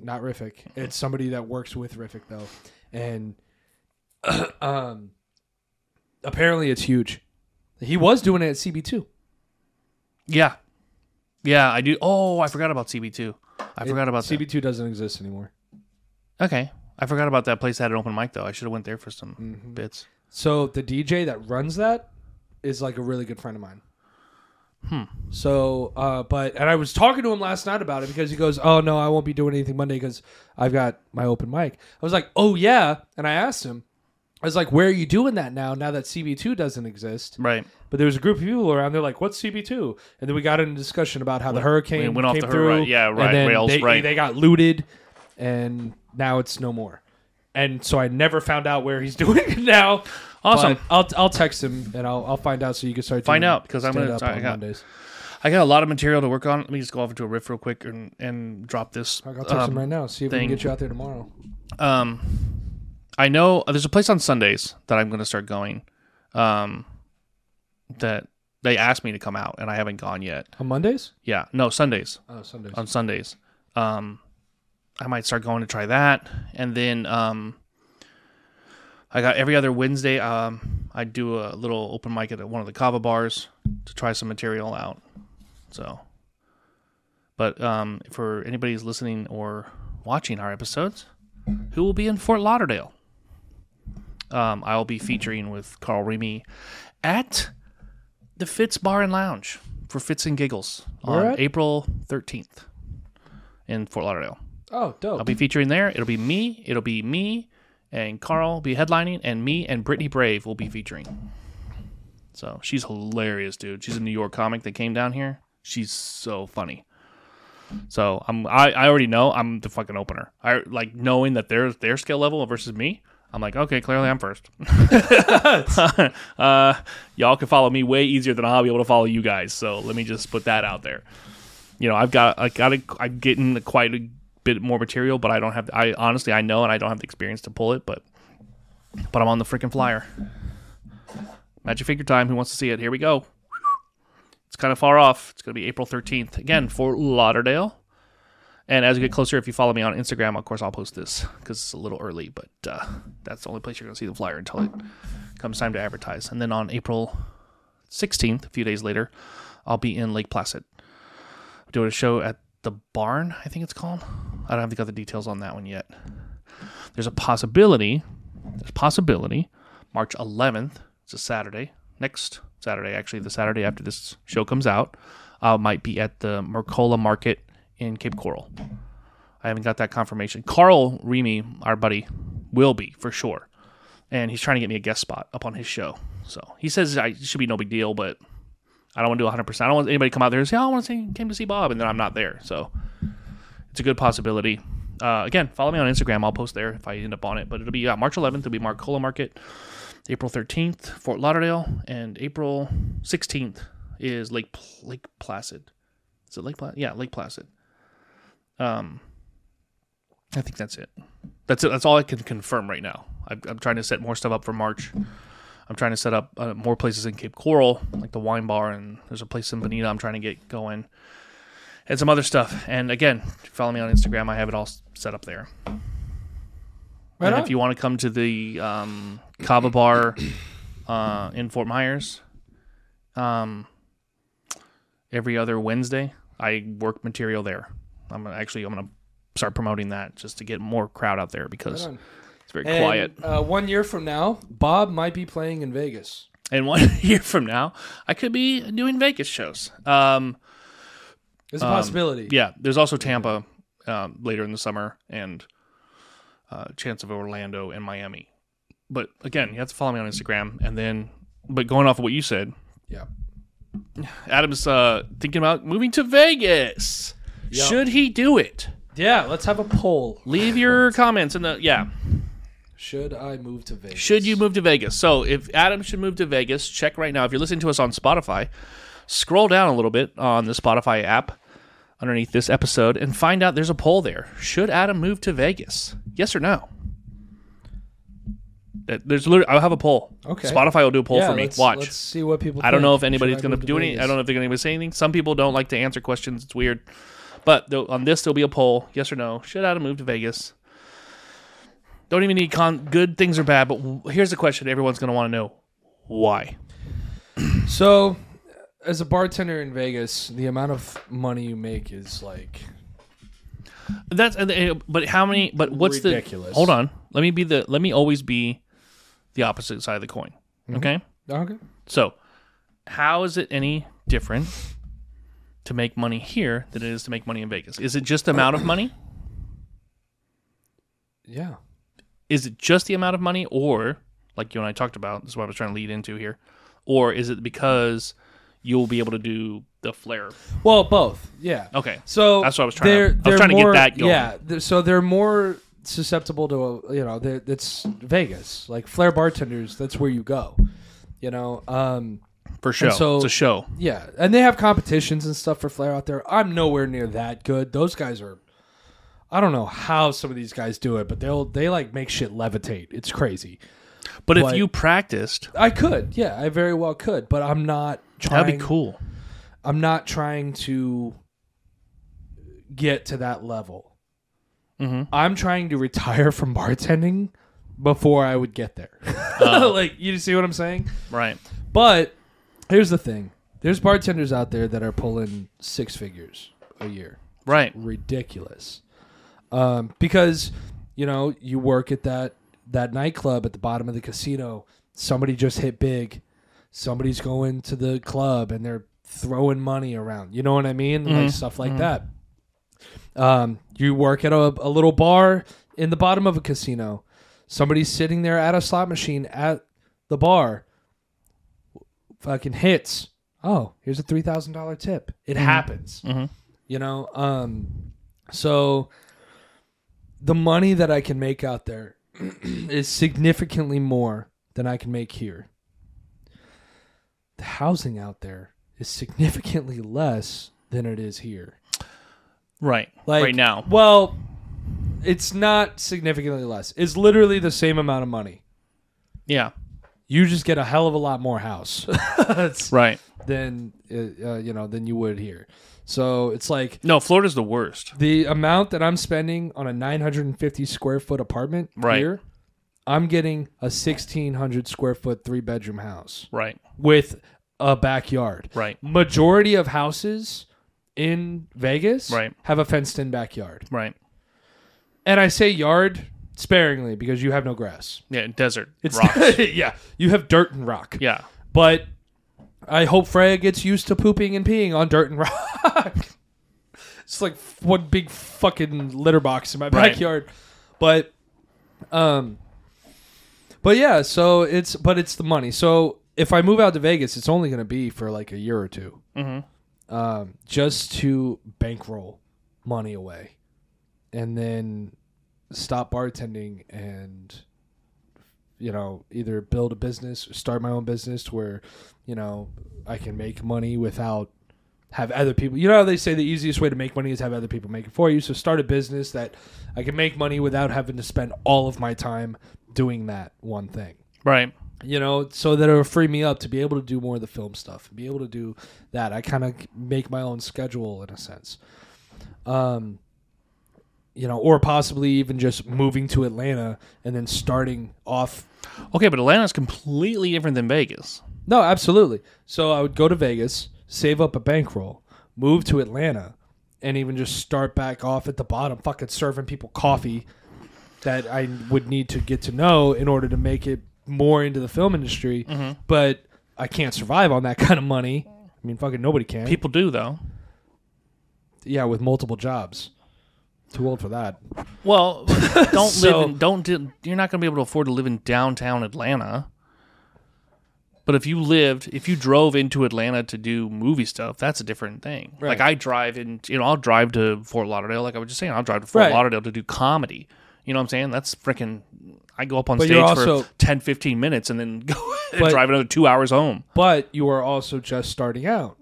B: not Riffic. It's somebody that works with Riffic though, and *clears throat* um, apparently it's huge. He was doing it at CB two.
A: yeah, yeah, I do. Oh, I forgot about CB2. I forgot about that.
B: CB2 doesn't exist anymore.
A: Okay. I forgot about that place that had an open mic though. I should have went there for some
B: Mm-hmm.
A: bits.
B: So the DJ that runs that is like a really good friend of mine. So, uh, but and I was talking to him last night about it because he goes, "Oh no, I won't be doing anything Monday because I've got my open mic." I was like, "Oh yeah," and I asked him, I was like, "Where are you doing that now? Now that CB2 doesn't exist?"
A: Right.
B: But there was a group of people around. They're like, "What's CB2?" And then we got in a discussion about how the hurricane
A: went off
B: came
A: the hur-
B: through.
A: right, yeah,
B: and
A: right,
B: then
A: rails,
B: they,
A: right.
B: They got looted, and now it's no more. And so I never found out where he's *laughs* doing it now.
A: Awesome.
B: But I'll I'll text him and I'll I'll find out so you can start
A: Find
B: doing
A: out, 'cause I'm gonna-
B: stand-up
A: I
B: on
A: got-
B: Mondays.
A: I got a lot of material to work on. Let me just go off into a riff real quick and, and drop this.
B: I'll text
A: Um,
B: him right now. See if we
A: thing.
B: can get you out there tomorrow.
A: Um, I know uh, there's a place on Sundays that I'm going to start going. Um, that they asked me to come out, and I haven't gone yet.
B: On Mondays?
A: Yeah, no Sundays
B: Oh, Sundays.
A: on Sundays. Um, I might start going to try that, and then um, I got every other Wednesday. Um, I do a little open mic at one of the Kava bars to try some material out. So, but um, for anybody who's listening or watching our episodes, who will be in Fort Lauderdale? Um, I'll be featuring with Carl Remy at the Fitz Bar and Lounge for Fits and Giggles
B: Where
A: on
B: at?
A: April 13th in Fort Lauderdale.
B: Oh, dope.
A: I'll be featuring there. It'll be me. It'll be me and Carl will be headlining, and me and Brittany Brave will be featuring. So she's hilarious, dude. She's a New York comic that came down here. She's so funny. So I'm I, I already know I'm the fucking opener. I like knowing that their their skill level versus me. I'm like, okay, clearly I'm first. *laughs* uh, y'all can follow me way easier than I'll be able to follow you guys. So let me just put that out there you know, I've got I got a, I'm getting quite a bit more material, but I don't have I honestly I know and I don't have the experience to pull it, but but I'm on the freaking flyer. Magic figure time. Who wants to see it? Here we go. It's kind of far off. It's going to be April 13th. Again, Fort Lauderdale. And as we get closer, if you follow me on Instagram, of course, I'll post this because it's a little early, but uh, that's the only place you're going to see the flyer until it comes time to advertise. And then on April 16th, a few days later, I'll be in Lake Placid doing a show at the barn i think it's called i don't have got the details on that one yet there's a possibility there's a possibility march 11th it's a saturday next saturday actually the saturday after this show comes out i might be at the mercola market in cape coral i haven't got that confirmation carl remy our buddy will be for sure and he's trying to get me a guest spot up on his show so he says I, it should be no big deal but I don't want to do 100%. I don't want anybody to come out there and say, oh, I want to see, came to see Bob, and then I'm not there. So it's a good possibility. Uh, again, follow me on Instagram. I'll post there if I end up on it. But it'll be uh, March 11th. It'll be Marcola Market. April 13th, Fort Lauderdale. And April 16th is Lake Pl- Lake Placid. Is it Lake Placid? Yeah, Lake Placid. Um, I think that's it. That's it. That's all I can confirm right now. I'm, I'm trying to set more stuff up for March. I'm trying to set up uh, more places in Cape Coral, like the wine bar, and there's a place in Bonita I'm trying to get going, and some other stuff. And again, follow me on Instagram. I have it all s- set up there.
B: Right
A: and
B: on.
A: if you want to come to the um, Cava Bar uh, in Fort Myers, um, every other Wednesday, I work material there. I'm gonna- actually I'm gonna start promoting that just to get more crowd out there because
B: on.
A: it's very
B: And,
A: quiet.
B: Uh, one year from now, Bob might be playing in Vegas.
A: and one *laughs* year from now, I could be doing Vegas shows. Um,
B: It's a possibility.
A: yeah, there's also Tampa um, later in the summer and uh, chance of Orlando and Miami. But again, you have to follow me on Instagram. And then, but going off of what you said,
B: Yeah.
A: Adam's uh, thinking about moving to Vegas.
B: Yeah.
A: Should he do it?
B: Yeah, let's have a poll.
A: Leave your comments in the yeah.
B: Should I move to Vegas?
A: Should you move to Vegas? So if Adam should move to Vegas, check right now. If you're listening to us on Spotify, scroll down a little bit on the Spotify app underneath this episode and find out there's a poll there. Should Adam move to Vegas? Yes or no? That- There's literally, I'll have a poll.
B: Okay.
A: Spotify will do a poll
B: Yeah,
A: for me.
B: let's-
A: Watch.
B: Let's see what people.
A: I don't
B: think.
A: know if
B: Should
A: anybody's
B: I
A: going to
B: move
A: do any. I
B: Vegas?
A: don't know if they're going to say anything. Some people don't like to answer questions. It's weird. But there'll- on this, there'll be a poll: yes or no. Should Adam move to Vegas? Don't even need con- good things or bad. But w- here's the question: everyone's going to want to know why.
B: So, as a bartender in Vegas, the amount of money you make is like
A: That's and- and- but how many? But what's
B: Ridiculous.
A: the? Hold on. Let me be the.
B: Mm-hmm.
A: Let me always be the opposite side of the coin. Okay.
B: okay.
A: So, how is it any different to make money here than it is to make money in Vegas? Is it just the amount of money?
B: Yeah.
A: Is it just the amount of money, or like you and I talked about, this is what I was trying to lead into here, or is it because you'll be able to do the flare?
B: Well, both. Yeah.
A: Okay,
B: So
A: That's what I was trying to-
B: they're-
A: I was
B: they're
A: trying to get
B: more-
A: that going.
B: Yeah. they're- so they're more susceptible to a, you know they're- it's Vegas like flair bartenders. That's where you go. You know. Um.
A: for show,
B: so-
A: it's a show.
B: Yeah, and they have competitions and stuff for flair out there. I'm nowhere near that good. Those guys are. I don't know how some of these guys do it, but they'll they like make shit levitate. It's crazy.
A: But if
B: Like-
A: you practiced,
B: I could, yeah, I very well could, but I'm not trying.
A: that'd be cool.
B: I'm not trying to get to that level.
A: Mhm.
B: I'm trying to retire from bartending before I would get there.
A: Uh.
B: *laughs* like, you see what I'm saying?
A: Right.
B: But here's the thing there's bartenders out there that are pulling six figures a year.
A: Right.
B: Ridiculous. Um, because, you know, you work at that, that nightclub at the bottom of the casino, somebody just hit big, somebody's going to the club and they're throwing money around. You know what I mean? Like stuff like that. Um, you work at a, a little bar in the bottom of a casino. Somebody's sitting there at a slot machine at the bar. Fucking hits. Oh, here's a three thousand dollar tip. It happens.
A: Mhm.
B: You know. Um, so the money that I can make out there *clears throat* is significantly more than I can make here. The housing out there is significantly less than it is here
A: Right.
B: like
A: right now.
B: Well, it's not significantly less. It's literally the same amount of money.
A: Yeah.
B: You just get a hell of a lot more house *laughs* It's-
A: Right.
B: than uh, uh, you know than you would here. So it's like
A: No, Florida's the worst.
B: the amount that I'm spending on a 950 square foot apartment
A: Right.
B: here, I'm getting a 1600 square foot three bedroom house
A: Right.
B: with a backyard.
A: Right.
B: Majority of houses in Vegas
A: Right.
B: have a fenced in backyard.
A: Right.
B: And I say yard sparingly because you have no grass.
A: Yeah. Desert.
B: It's
A: *laughs* rocks.
B: *laughs* yeah, you have dirt and rock.
A: yeah.
B: But I hope Freya gets used to pooping and peeing on dirt and *laughs* rock. it's like f- one big fucking litter box in my
A: Right.
B: backyard. But um but yeah, so it's but it's the money. So if I move out to Vegas, it's only going to be for like a year or 2 um, just to bankroll money away, and then stop bartending and you know either build a business, start my own business to where you know I can make money without have other people. You know how they say the easiest way to make money is have other people make it for you. So start a business that I can make money without having to spend all of my time doing that one thing
A: Right.
B: you know, so that it'll free me up to be able to do more of the film stuff, be able to do that. I kind of make my own schedule in a sense, um, you know, or possibly even just moving to Atlanta and then starting off.
A: Okay, but Atlanta's completely different than Vegas.
B: No, absolutely. So I would go to Vegas, save up a bankroll, move to Atlanta, and even just start back off at the bottom, fucking serving people coffee that I would need to get to know in order to make it more into the film industry. But I can't survive on that *laughs* kind of money. I mean, fucking nobody can.
A: People do though.
B: yeah, with multiple jobs. Too old for that. *laughs*
A: Well, don't
B: So-
A: live in don't di- you're not going to be able to afford to live in downtown Atlanta. But if you lived, if you drove into Atlanta to do movie stuff, that's a different thing. Like
B: Right.
A: I drive in, you know, I'll drive to Fort Lauderdale. Like I was just saying, I'll drive to Fort
B: Right.
A: Lauderdale to do comedy. You know what I'm saying? That's freaking. I go up on
B: But
A: stage
B: you're
A: for
B: also-
A: 10, 15 minutes and then *laughs* go and
B: But-
A: drive another two hours home.
B: But you are also just starting out.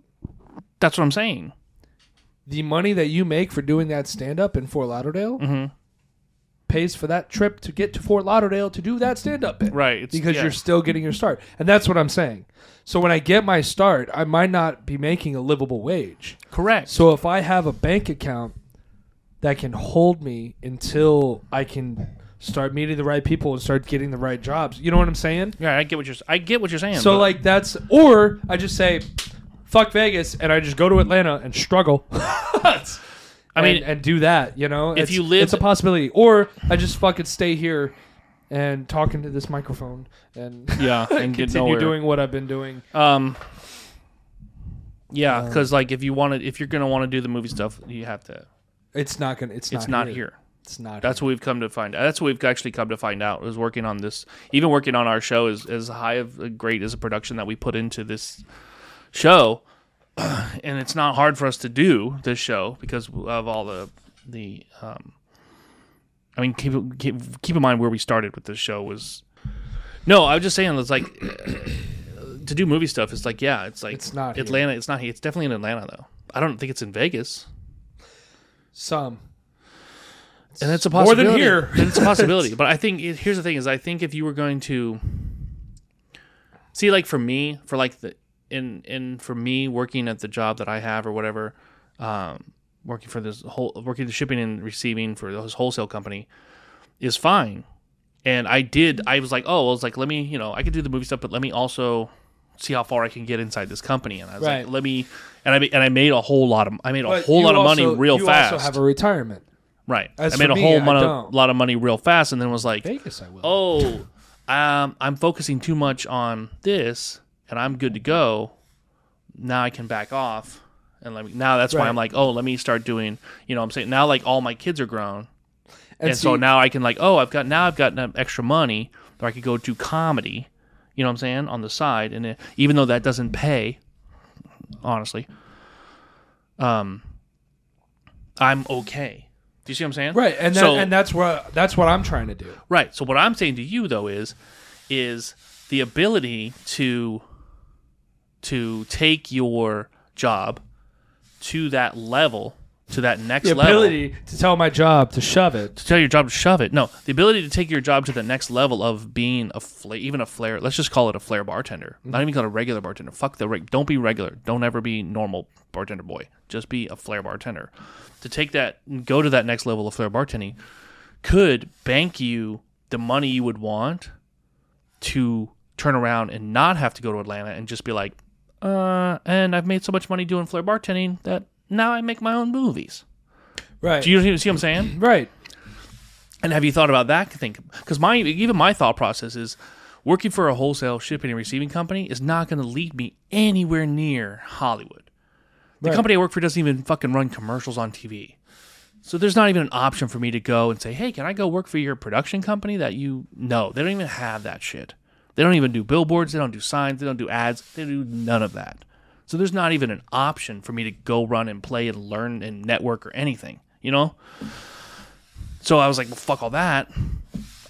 A: That's what I'm saying.
B: The money that you make for doing that stand up in Fort Lauderdale
A: Mm-hmm.
B: pays for that trip to get to Fort Lauderdale to do that stand up bit.
A: Right. It's,
B: because
A: yeah.
B: you're still getting your start. And that's what I'm saying. So when I get my start, I might not be making a livable wage.
A: correct.
B: So if I have a bank account that can hold me until I can start meeting the right people and start getting the right jobs, you know what I'm saying?
A: yeah, I get what you're. I get what you're saying.
B: So
A: but-
B: like that's or I just say fuck Vegas and I just go to Atlanta and struggle.
A: *laughs*
B: *laughs*
A: I mean,
B: and, and do that, you know? If
A: you live-
B: it's a possibility. Or I just fucking stay here and talk into this microphone and
A: *laughs* yeah, and get
B: *laughs* continue
A: nowhere.
B: doing what I've been doing.
A: Um, Yeah, because like if you want to, if you're gonna want to do the movie stuff, you have to.
B: It's not gonna. It's,
A: It's not here.
B: It's not.
A: That's what we've come to find. That's what we've actually come to find out. Is working on this, even working on our show, is as high of a great as a production that we put into this show, *clears throat* and it's not hard for us to do this show because of all the the. Um, I mean, keep, keep keep in mind where we started with this show was. No, I was just saying it's like *clears throat* to do movie stuff. It's like yeah, it's like
B: It's not here.
A: Atlanta. It's not here. It's definitely in Atlanta though. I don't think it's in Vegas.
B: Some.
A: and it's a
B: More than
A: possibility.
B: here.
A: And *laughs* it's a
B: *laughs*
A: possibility. but I think it, here's the thing: is I think if you were going to see, like for me, for like the in in for me working at the job that I have or whatever, um, working for this whole working the shipping and receiving for this wholesale company is fine. And I did. I was like, oh, I was like, let me, you know, I could do the movie stuff, but let me also see how far I can get inside this company. And I was
B: Right.
A: like, let me, and I ma- and I made a whole lot of, I made a
B: But
A: whole
B: you
A: lot of
B: also-
A: money real
B: you
A: fast.
B: also have a retirement.
A: Right.
B: As
A: I made
B: for
A: a
B: me,
A: whole
B: I
A: mon-
B: don't.
A: lot of money real fast and then was like,
B: Vegas, I will.
A: oh, um, I'm focusing too much on this and I'm good to go. Now I can back off. And let me, now that's why
B: Right.
A: I'm like, oh, let me start doing, you know what I'm saying? Now, like, all my kids are grown. And, so
B: see-
A: now I can, like, oh, I've got, now I've got um, extra money or I could go do comedy, you know what I'm saying, on the side. And it, even though that doesn't pay, honestly, um, I'm okay. Do you see what I'm saying?
B: Right, and that,
A: so,
B: and that's what that's what I'm trying to do.
A: Right. So what I'm saying to you though is is the ability to to take your job to that level, to that next
B: The
A: level.
B: ability to tell my job to shove it.
A: To tell your job to shove it. No, the ability to take your job to the next level of being a flair, even a flair. Let's just call it a flair bartender. Not even call it a regular bartender. Fuck the reg- don't be regular. Don't ever be normal bartender boy. Just be a flair bartender. To take that, go to that next level of flair bartending, could bank you the money you would want to turn around and not have to go to Atlanta and just be like, uh, and I've made so much money doing flair bartending that now I make my own movies.
B: Right,
A: Do you see what I'm saying?
B: right.
A: And have you thought about that? Think because my even my thought process is working for a wholesale shipping and receiving company is not going to lead me anywhere near Hollywood. The
B: Right.
A: company I work for doesn't even fucking run commercials on TV. So there's not even an option for me to go and say, "Hey, can I go work for your production company that you No, They don't even have that shit. They don't even do billboards, they don't do signs, they don't do ads, they do none of that. So there's not even an option for me to go run and play and learn and network or anything, you know? So I was like, well, fuck all that.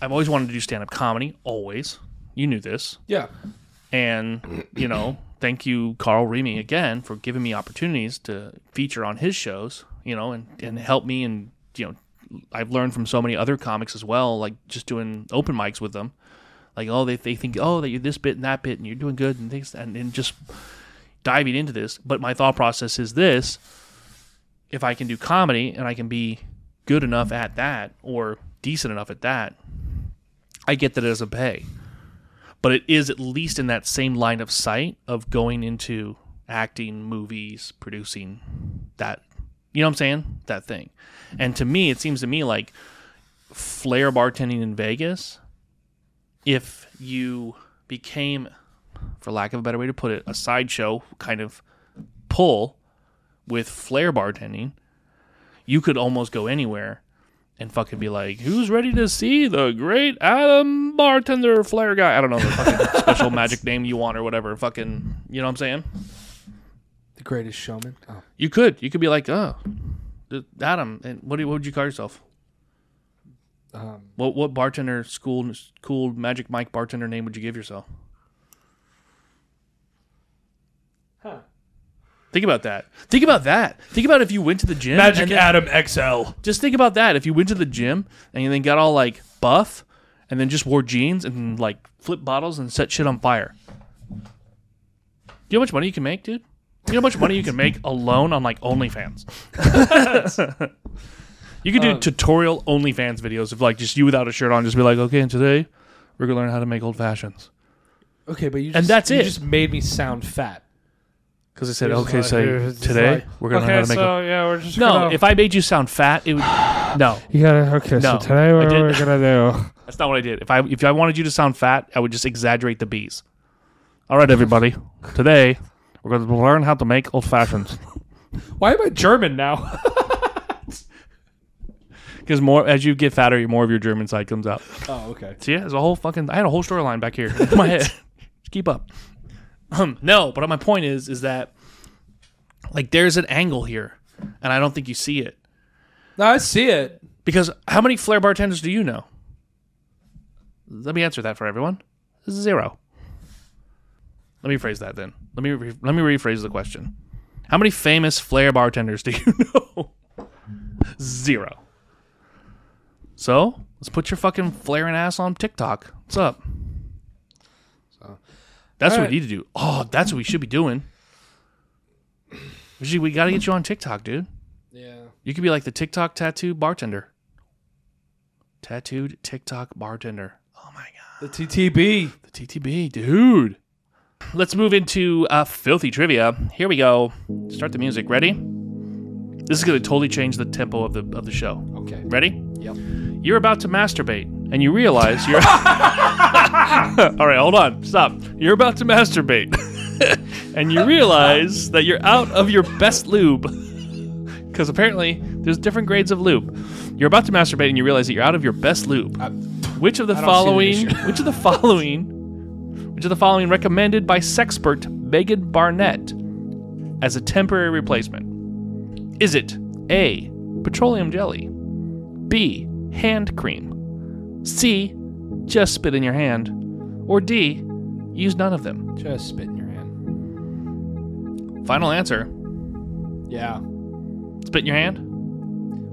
A: I've always wanted to do stand up comedy, always. You knew this.
B: Yeah,
A: And, you know, thank you, Carl Remy, again, for giving me opportunities to feature on his shows, you know, and, and help me. And, you know, I've learned from so many other comics as well, like just doing open mics with them. Like, oh, they, they think, oh, that you're this bit and that bit and you're doing good and things, and, and just diving into this. But my thought process is this if I can do comedy and I can be good enough at that or decent enough at that, I get that it doesn't pay. But it is at least in that same line of sight of going into acting, movies, producing that, you know what I'm saying? That thing. And to me, it seems to me like flair bartending in Vegas, if you became, for lack of a better way to put it, a sideshow kind of pull with flair bartending, you could almost go anywhere and fucking be like, "Who's ready to see the great Adam bartender flair guy?" I don't know the
B: *laughs*
A: fucking special magic name you want or whatever. Fucking, you know what I'm saying?
B: the greatest showman. Oh.
A: You could, you could be like, "Oh, th- Adam," and what, do you- what would you call yourself?
B: Um,
A: What what bartender school cool magic Mike bartender name would you give yourself?
B: Huh.
A: Think about that. Think about that. Think about if you went to the gym. and then-
B: Adam XL.
A: Just think about that. If you went to the gym and you then got all like buff and then just wore jeans and like flipped bottles and set shit on fire. Do you know how much money you can make, dude? You know how much money you can make alone on like OnlyFans? *laughs* you could do
B: Um,
A: tutorial OnlyFans videos of like just you without a shirt on, just be like, okay, and today we're gonna learn how to make old fashions.
B: Okay, but you just,
A: And that's
B: you
A: it.
B: Just made me sound fat.
A: Because I said,
B: Here's
A: okay,
B: like-
A: so
B: here's- it's
A: today
B: like,
A: we're gonna learn how to make. old-"
B: yeah, we're just
A: No, if I made you sound fat,
B: *sighs*
A: it would. No,
B: you gotta okay.
A: No, today I what did- we're *laughs*
B: gonna do?
A: That's not what I did. If I if I wanted you to sound fat, I would just exaggerate the bees. All right, everybody. Today We're going to learn how to make old fashions. *laughs*
B: Why am I German now? *laughs*
A: Because more as you get fatter, more of your German side comes out.
B: oh, okay.
A: See, there's a whole fucking. I had a whole storyline back here in my head. Just keep up. Um, no, but my point is, is that like there's an angle here, and I don't think you see it
B: No, I see it.
A: because how many flair bartenders do you know? Let me answer that for everyone. Zero. Let me phrase that then. Let me re- let me rephrase the question. How many famous flair bartenders do you *laughs* know? Zero. So let's put your fucking flaring ass on TikTok. What's up? that's what
B: Alright.
A: we need to do. Oh, that's what we should be doing. We should- we gotta get you on TikTok, dude.
B: Yeah.
A: You could be like the TikTok tattoo bartender. Tattooed TikTok bartender. Oh my god.
B: The TTB.
A: The TTB, dude. Let's move into uh, filthy trivia. Here we go. Start the music. Ready? This is going to totally change the tempo of the of the show.
B: Okay.
A: Ready?
B: Yep.
A: You're about to masturbate, and you realize you're. *laughs* All right, hold on. Stop. You're about to masturbate, *laughs* and you realize that you're out of your best lube. Because apparently, there's different grades of lube. You're about to masturbate, and you realize that you're out of your best lube. Which of the
B: I don't see
A: following?
B: the
A: *laughs* Which of the following? Which of the following recommended by sexpert Megan Barnett as a temporary replacement? Is it A. Petroleum jelly, B. Hand cream, C. Just spit in your hand, or D. Use none of them.
B: Just spit in your hand.
A: Final answer.
B: Yeah.
A: Spit in your hand.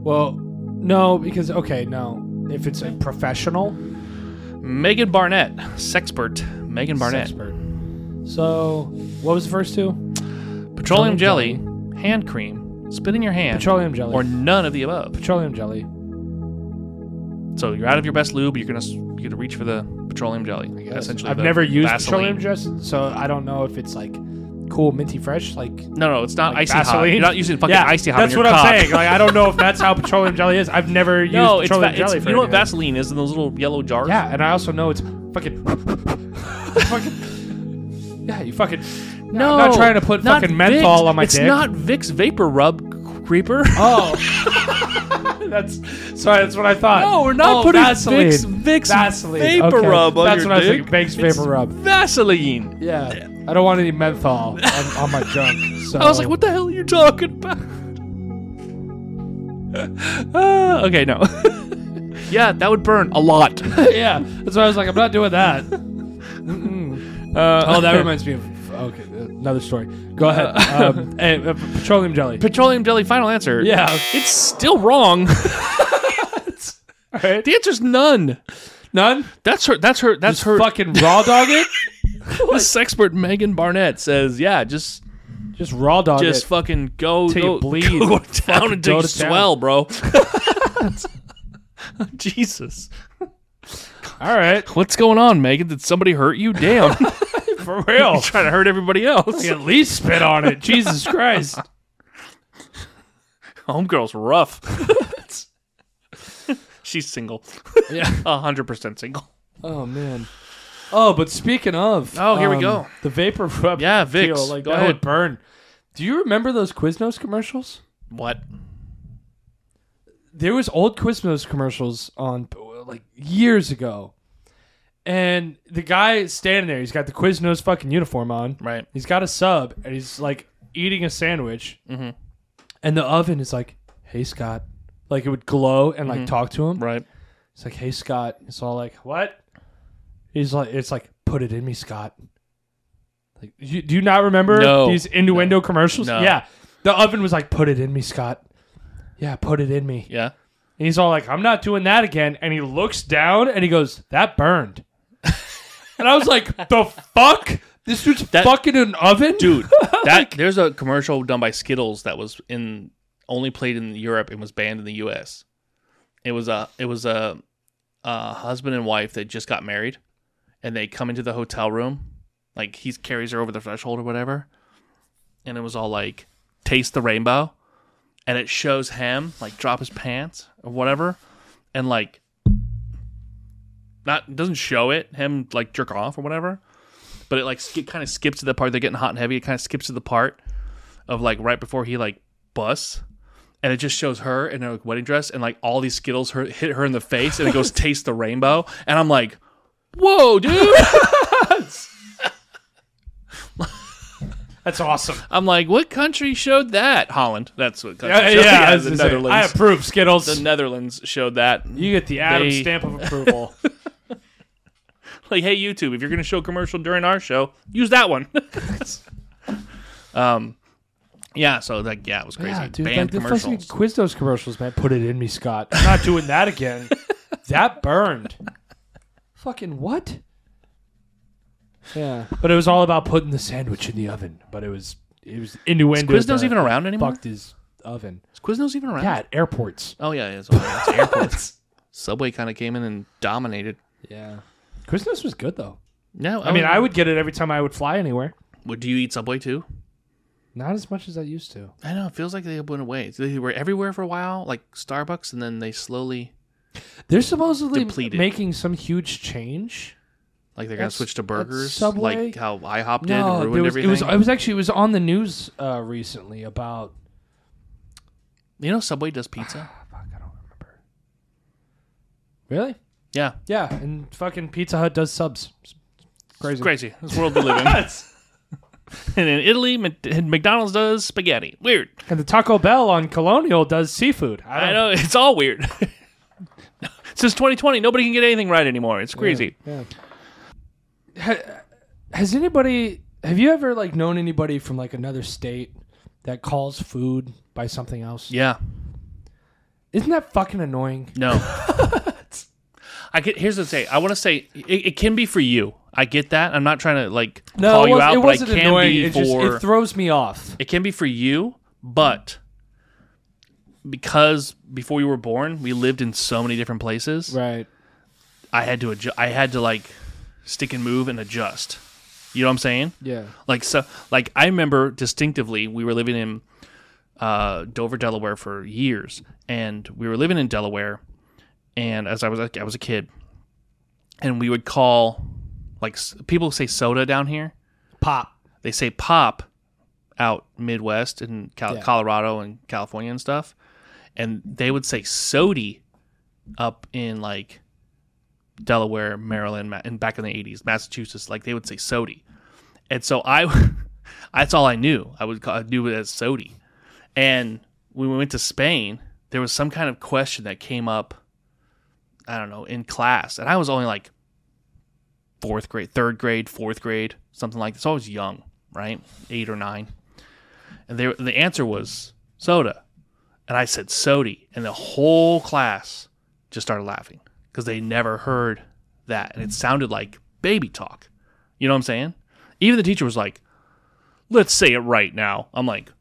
B: Well, no, because okay, no. If it's a professional
A: Megan Barnett, sexpert. Megan Barnett.
B: expert. So, what was the first two?
A: Petroleum
B: Petroleum
A: jelly, hand cream, spit in your hand,
B: Petroleum jelly.
A: or none of the above.
B: petroleum jelly.
A: So you're out of your best lube. You're gonna s- you're gonna reach for the petroleum jelly.
B: I guess.
A: Essentially,
B: I've
A: the
B: never used
A: Vaseline.
B: petroleum jelly, so I don't know if it's like cool minty fresh like
A: No, no, it's not
B: like
A: icy hot. You're not using fucking
B: yeah,
A: icy hot. on
B: That's
A: your
B: what I'm
A: cock.
B: saying. Like I don't know if that's how petroleum jelly is. I've never used
A: *laughs* No, it's, va-
B: petroleum
A: it's-
B: jelly for
A: you know what
B: anything.
A: Vaseline is in those little yellow jars.
B: Yeah, and I also know it's fucking. *laughs* fucking yeah, you fucking. No,
A: No,
B: I'm not trying to put
A: not
B: fucking
A: Vicks.
B: menthol on my
A: It's
B: dick.
A: not Vicks Vapor Rub, creeper.
B: *laughs* Oh, that's sorry. That's what I thought.
A: No, we're not
B: oh,
A: putting
B: Vaseline.
A: Vicks- Vicks
B: Vaseline.
A: Vapor
B: okay.
A: Rub on
B: That's
A: your
B: what
A: dick.
B: I was thinking. Vicks
A: It's-
B: vapor rub.
A: Vaseline.
B: Yeah, I don't want any menthol on, on my junk.
A: *laughs*
B: So
A: I was like, what the hell are you talking about? *laughs* Ah, okay, no. *laughs* yeah, that would burn a lot. *laughs*
B: yeah, that's why I was like, I'm not doing *laughs* that.
A: Uh,
B: Oh,
A: *laughs*
B: that reminds me of okay, another story. Go ahead.
A: *laughs*
B: Um, eh, uh, petroleum jelly.
A: petroleum jelly. Final answer.
B: Yeah.
A: it's still *laughs* wrong.
B: All right.
A: The answer's none.
B: None.
A: That's her. That's her. That's her.
B: Fucking raw dog it.
A: This expert Megan Barnett says, yeah, just
B: *laughs* Just raw dog
A: just
B: it.
A: fucking go
B: Till you
A: go, *laughs*
B: bleed.
A: go to town until
B: go
A: you
B: to town.
A: swell, *laughs* bro. Jesus,
B: All *laughs* right.
A: what's going on, Megan? Did somebody hurt you? *laughs* Damn,
B: For
A: *laughs*
B: real.
A: trying to hurt everybody else.
B: At least spit on it. Jesus Christ.
A: Homegirl's rough. *laughs* She's single,
B: Yeah.
A: hundred percent single.
B: *laughs* Oh man. Oh, but speaking of, um,
A: Oh, here we go.
B: The vapor rub.
A: Yeah, Vicks.
B: deal, like
A: Go
B: that
A: ahead.
B: would burn. Do you remember those Quiznos commercials?
A: What?
B: There was old Quiznos commercials on like years ago, and the guy standing there, he's got the Quiznos fucking uniform on.
A: Right.
B: He's got a sub, and he's like eating a sandwich, mm-hmm. and the oven is like, "Hey Scott," like it would glow and like talk to him.
A: Mm-hmm. Right.
B: It's like, hey Scott. It's all like, what? He's like, it's like, put it in me, Scott. Like, you, do you not remember
A: No.
B: these innuendo commercials?
A: No.
B: Yeah, the oven was like, put it in me, Scott. Yeah, put it in me.
A: Yeah.
B: And he's all like, I'm not doing that again. And he looks down and he goes, that
A: *laughs*
B: burned. and I was like, the fuck? This dude's
A: That-
B: fucking an oven,
A: dude that there's a commercial done by skittles that was in only played in europe and was banned in the us it was a it was a, a husband and wife that just got married and they come into the hotel room like he carries her over the threshold or whatever and it was all like taste the rainbow and it shows him like drop his pants or whatever and like not doesn't show it him like jerk off or whatever but it like sk- kind of skips to the part they're getting hot and heavy. It kind of skips to the part of like right before he like busts, and it just shows her in her like, wedding dress and like all these skittles her- hit her in the face, and it *laughs* goes taste the rainbow, and I'm like, whoa, *laughs* dude! *laughs*
B: That's awesome.
A: I'm like, what country showed that? Holland. That's what country.
B: Yeah,
A: showed that.
B: I, was
A: the
B: gonna say,
A: Netherlands.
B: I approve Skittles.
A: the Netherlands showed that.
B: you get the Adam
A: They-
B: stamp of approval.
A: like, hey YouTube, if you're gonna show a commercial during our show, use that one. *laughs* um, yeah. So like, yeah, it was *laughs* crazy.
B: yeah, dude, like
A: Banned
B: the fucking
A: commercials.
B: Quiznos commercials, man. Put it in me, Scott. I'm not doing that *laughs* again. that burned. Fucking what? Yeah, but it was all about putting the sandwich in the oven. But it was it was innuendo.
A: Quiznos
B: that
A: even around anymore?
B: Fucked his oven.
A: Is Quiznos even around?
B: Yeah, at airports.
A: Oh yeah, yeah, it's, *laughs* it's airports. Subway kind of came in and dominated.
B: Yeah, Quiznos was good though.
A: No,
B: I mean, I would get it every time I would fly anywhere.
A: Would do you eat Subway too?
B: Not as much as I used to.
A: I know. It feels like they went away. They were everywhere for a while, like Starbucks, and then they slowly,
B: They're supposedly
A: Depleted.
B: making some huge change.
A: like, they're gonna
B: That's-
A: switch to
B: that's
A: burgers,
B: Subway?
A: like how IHOP did and
B: no, there
A: ruined
B: was,
A: everything.
B: it was. It was actually it was on the news uh, recently about.
A: you know, Subway does *sighs* pizza.
B: Fuck, I don't remember. Really?
A: Yeah,
B: Yeah, and fucking Pizza Hut does subs. It's crazy.
A: crazy. This world we live in. *laughs* and in Italy, Mc- McDonald's does spaghetti. Weird.
B: And the Taco Bell on Colonial does seafood. I don't
A: I know it's all weird. *laughs* Since 2020, nobody can get anything right anymore. It's crazy.
B: Yeah. Ha- Has anybody? Have you ever like known anybody from like another state that calls food by something else?
A: Yeah.
B: Isn't that fucking annoying? *laughs*
A: No. I get, here's the thing. I want to say it, it can be for you. I get that. I'm not trying to like call
B: it,
A: you
B: was,
A: out,
B: it
A: but
B: wasn't
A: it can
B: annoying.
A: be
B: it
A: for
B: just it throws me off.
A: it can be for you, but because before you were born, we lived in so many different places.
B: Right.
A: I had to adjust. I had to like stick and move and adjust. You know what I'm saying?
B: Yeah.
A: Like so, like I remember distinctively, we were living in uh, Dover, Delaware, for years, and we were living in Delaware. And as I was, I was a kid, and we would call, like s- people say soda down here,
B: Pop.
A: they say pop out Midwest and Cal-
B: Yeah.
A: Colorado and California and stuff, and they would say sody up in like Delaware, Maryland, Ma- and back in the eighties, Massachusetts. Like they would say sody, and so I, *laughs* that's all I knew. I would call, I knew it as sody, and when we went to Spain, there was some kind of question that came up. I don't know in class, and I was only like fourth grade, third grade, fourth grade, something like this. I was young, right? Eight or nine. And they, the answer was soda. And I said sody. And the whole class just started laughing because they never heard that. And it sounded like baby talk. You know what I'm saying? Even the teacher was like, let's say it right now. I'm like,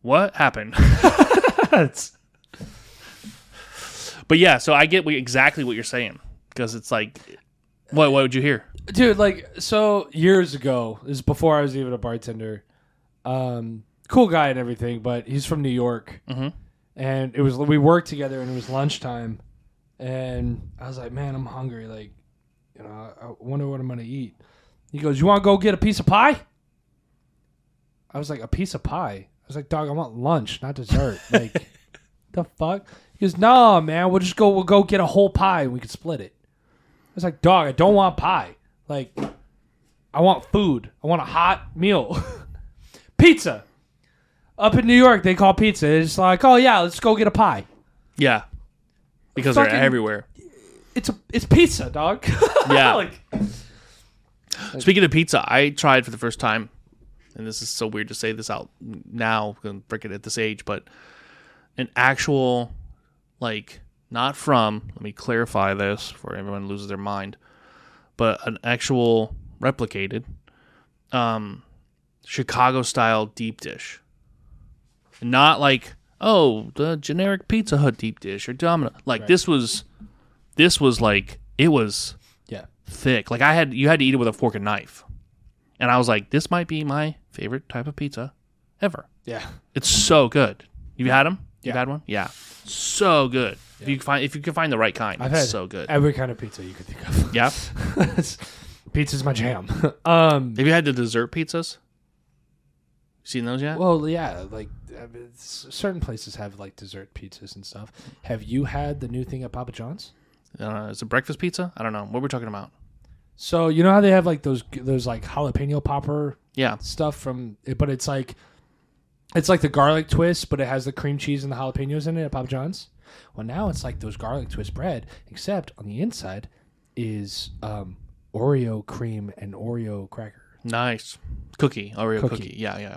A: what happened? *laughs*
B: That's
A: but yeah, so I get what- exactly what you're saying because it's like, what, what would you hear?
B: dude like so years ago this is before i was even a bartender um cool guy and everything but he's from new york
A: Mhm.
B: and it was we worked together and it was lunchtime and i was like man i'm hungry like you know i, I wonder what i'm gonna eat he goes you want to go get a piece of pie i was like a piece of pie i was like dog i want lunch not dessert like the fuck he goes nah man we'll just go we'll go get a whole pie and we can split it I was like, dog, I don't want pie. Like, I want food. I want a hot meal. *laughs* pizza. Up in New York, they call pizza. It's like, oh yeah, let's go get a pie.
A: Yeah. Because they're
B: Fucking-
A: everywhere.
B: It's a it's pizza, dog. *laughs*
A: Yeah.
B: like,
A: *laughs* Speaking of pizza, I tried for the first time, and this is so weird to say this out now, and freaking at this age, but an actual, like, not from, let me clarify this for everyone loses their mind, but an actual replicated um, Chicago style deep dish. Not like, oh, the generic Pizza Hut deep dish or Domino. Like, this was, this was like, it was
B: yeah.
A: thick. Like I had you had to eat it with a fork and knife. And I was like, this might be my favorite type of pizza ever.
B: Yeah.
A: It's so good. You've had them? You've
B: Yeah.
A: had one? Yeah. So good. If you can find if you can find the right kind,
B: I've
A: it's
B: had
A: so good.
B: Every kind of *laughs* pizza you could think of.
A: yeah.
B: It's- Pizza's my jam. *laughs* um,
A: Have you had the dessert pizzas? Seen those yet?
B: well, yeah, like I mean, s- certain places have like dessert pizzas and stuff. Have you had the new thing at Papa John's?
A: Uh, it's a breakfast pizza. I don't know what we're talking about.
B: So you know how they have like those those like jalapeno popper
A: Yeah,
B: stuff from, but it's like it's like the garlic twist, but it has the cream cheese and the jalapenos in it at Papa John's. Well, now it's like those garlic twist bread, except on the inside is um, Oreo cream and Oreo cracker.
A: nice cookie Oreo
B: Cookie.
A: cookie. Yeah, yeah.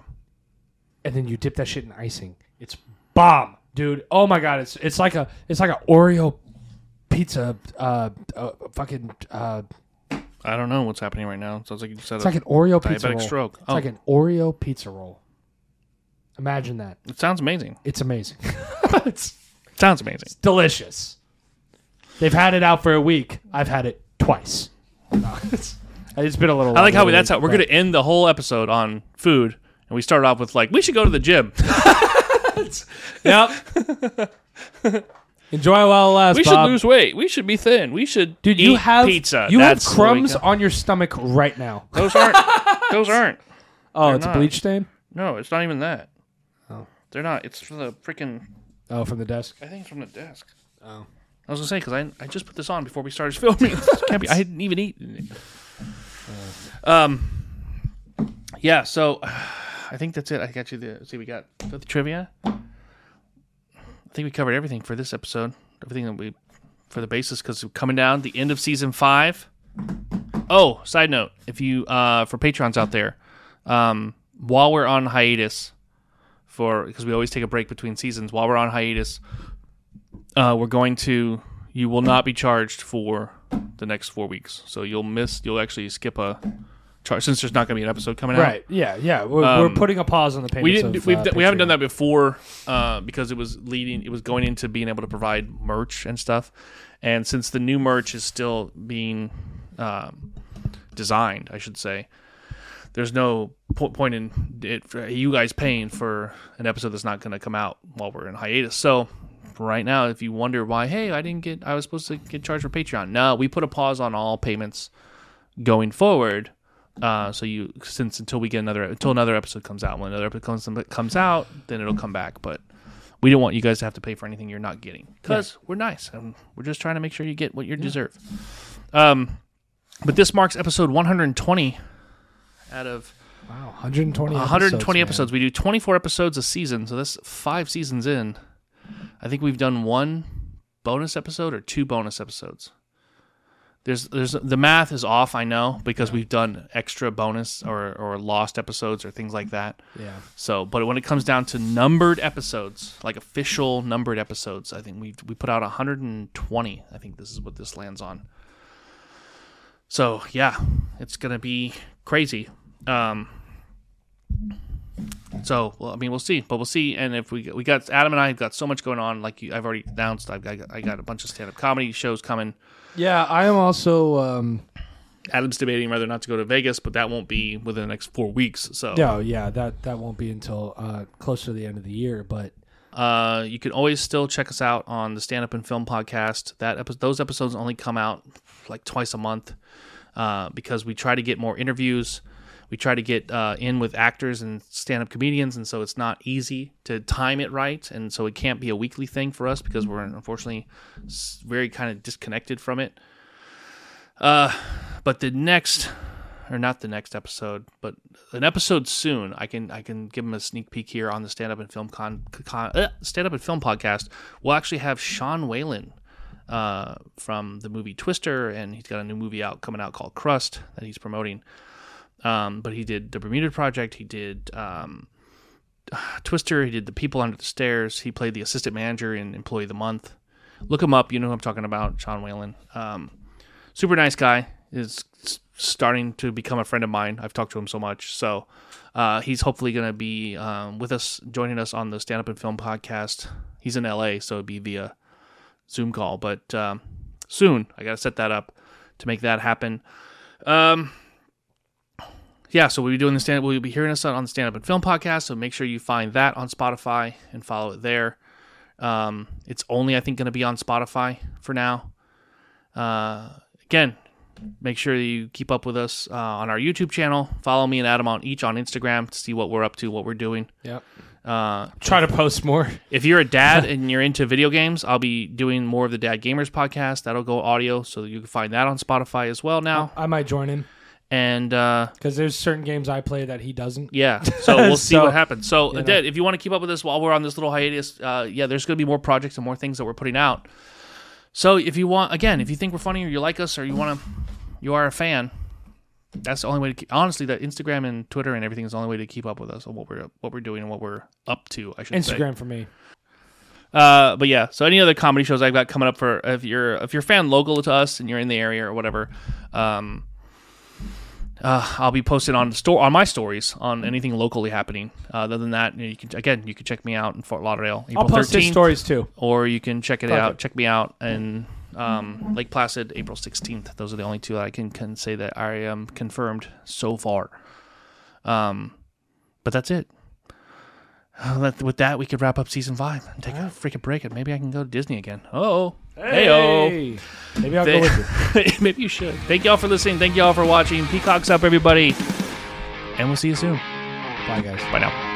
B: and then you dip that shit in icing. It's bomb, dude. Oh my god, it's it's like a it's like a Oreo pizza, uh, uh fucking, uh,
A: I don't know what's happening right now. Sounds like you just had
B: it's
A: a
B: like an Oreo pizza
A: diabetic
B: roll.
A: stroke.
B: It's
A: Oh,
B: like an Oreo pizza roll. Imagine that.
A: it sounds amazing.
B: It's amazing. it's
A: Sounds amazing.
B: delicious. They've had it out for a week. I've had it
A: *laughs*
B: twice. it's it's been a little.
A: I like how we, that's how we're going to end the whole episode on food, and we start off with like we should go to the gym.
B: Yep. Enjoy while it lasts.
A: we should
B: Bob.
A: lose weight. We should be thin. We should
B: Dude, you
A: eat
B: have
A: pizza.
B: You
A: That's
B: have
A: what we
B: crumbs
A: got.
B: on your stomach right now.
A: Those
B: *laughs*
A: aren't. those aren't.
B: Oh, it's
A: not.
B: a bleach stain.
A: No, it's not even that.
B: Oh.
A: They're not. It's from the freaking.
B: Oh, from the desk.
A: I think it's from the desk.
B: Oh.
A: I was gonna say because I, I just put this on before we started filming. *laughs* This can't be. I hadn't even eaten. It. Um. Yeah. So, *sighs* I think that's it. I got you the. See, we got the trivia. I think we covered everything for this episode. Everything that we for the basis because we're coming down the end of season five. Oh, side note: if you uh for patrons out there, um, while we're on hiatus for because we always take a break between seasons. While we're on hiatus, uh, we're going to you will not be charged for the next four weeks so you'll miss you'll actually skip a charge since there's not going to be an episode coming out
B: Right. Yeah. Yeah. We're, we're putting a pause on the payments.
A: Um, we didn't
B: Of,
A: we've,
B: uh,
A: d- we haven't
B: Patreon.
A: done that before uh, because it was leading it was going into being able to provide merch and stuff and since the new merch is still being um, designed i should say there's no po- point in it for you guys paying for an episode that's not going to come out while we're in hiatus so right now if you wonder why hey i didn't get i was supposed to get charged for patreon no we put a pause on all payments going forward. Uh, so you since until we get another until another episode comes out. When another episode comes comes out, then it'll come back. But we don't want you guys to have to pay for anything you're not getting because we're nice and we're just trying to make sure you get what you deserve. Um, but this marks episode 120 out of
B: Wow. 120.
A: 120
B: episodes.
A: episodes. We do 24 episodes a season, so that's five seasons in. I think we've done one bonus episode or two bonus episodes. There's there's the math is off, I know, because we've done extra bonus or or lost episodes or things like that.
B: man. Yeah.
A: So, but when it comes down to numbered episodes, like official numbered episodes, I think we we put out 120. I think this is what this lands on. So yeah, it's gonna be crazy. Um, so well, I mean, we'll see, but we'll see. And if we we got Adam and I have got so much going on, like you, I've already announced, I've got, I got a bunch of stand up comedy shows coming.
B: Yeah. I am also. Um,
A: Adam's debating whether or not to go to Vegas, but that won't be within the next four weeks. So
B: no. Yeah. That that won't be until uh, close to the end of the year. But
A: Uh, you can always still check us out on the Stand Up and Film podcast. That epi- those episodes only come out like twice a month uh, because we try to get more interviews. We try to get uh, in with actors and stand up comedians, and so it's not easy to time it right. And so it can't be a weekly thing for us because we're unfortunately s- very kind of disconnected from it. Uh, but the next, or not the next episode, but an episode soon. I can I can give them a sneak peek here on the stand up and film con, con uh, stand up and film podcast. We'll actually have Sean Whalen uh, from the movie Twister, and he's got a new movie out coming out called Crust that he's promoting. Um, but he did the Bermuda Project. He did um, *sighs* Twister. He did the People Under the Stairs. He played the assistant manager in Employee of the Month. Look him up. You know who I'm talking about, Sean Whalen. Um, super nice guy is s- starting to become a friend of mine i've talked to him so much so uh, he's hopefully going to be um, with us joining us on the stand up and film podcast he's in la so it'd be via zoom call but um, soon i gotta set that up to make that happen um, yeah so we'll be doing the stand we'll be hearing us on the stand up and film podcast so make sure you find that on spotify and follow it there um, it's only i think going to be on spotify for now uh, again, Make sure you keep up with us uh, on our YouTube channel. Follow me and Adam on each on Instagram to see what we're up to, what we're doing.
B: Yep.
A: Uh,
B: Try to post more.
A: if you're a dad and you're into video games, I'll be doing more of the Dad Gamers podcast. That'll go audio, so you can find that on Spotify as well now.
B: I might join him
A: And uh,
B: because there's certain games I play that he doesn't.
A: yeah,
B: *laughs*
A: so we'll see
B: So,
A: what happens. So,
B: know.
A: Dad, if you want to keep up with us while we're on this little hiatus, uh, yeah, there's going to be more projects and more things that we're putting out. So, if you want, again, if you think we're funny or you like us or you want to, you are a fan. That's the only way. to keep, Honestly, that Instagram and Twitter and everything is the only way to keep up with us on what we're what we're doing and what we're up to. I should say.
B: Instagram for me.
A: Uh, but yeah, so any other comedy shows I've got coming up for if you're if you're fan local to us and you're in the area or whatever, um, uh, I'll be posting on store on my stories on anything locally happening. Uh, other than that, you, know, you can again you can check me out in Fort Lauderdale, April
B: I'll post his
A: 13th,
B: stories too.
A: or you can check it out
B: Perfect.
A: check me out in um, Lake Placid, April 16th. Those are the only two that I can can say that I am confirmed so far. Um, but that's it. *sighs* Uh, that- With that, we could wrap up season five and take a freaking break, and maybe I can go to Disney again. Oh, hey,
B: Hey. Maybe I'll go with you.
A: *laughs* maybe you should. Thank y'all for listening. Thank y'all for watching. Peacocks up, everybody, and we'll see you soon.
B: Bye guys.
A: Bye now.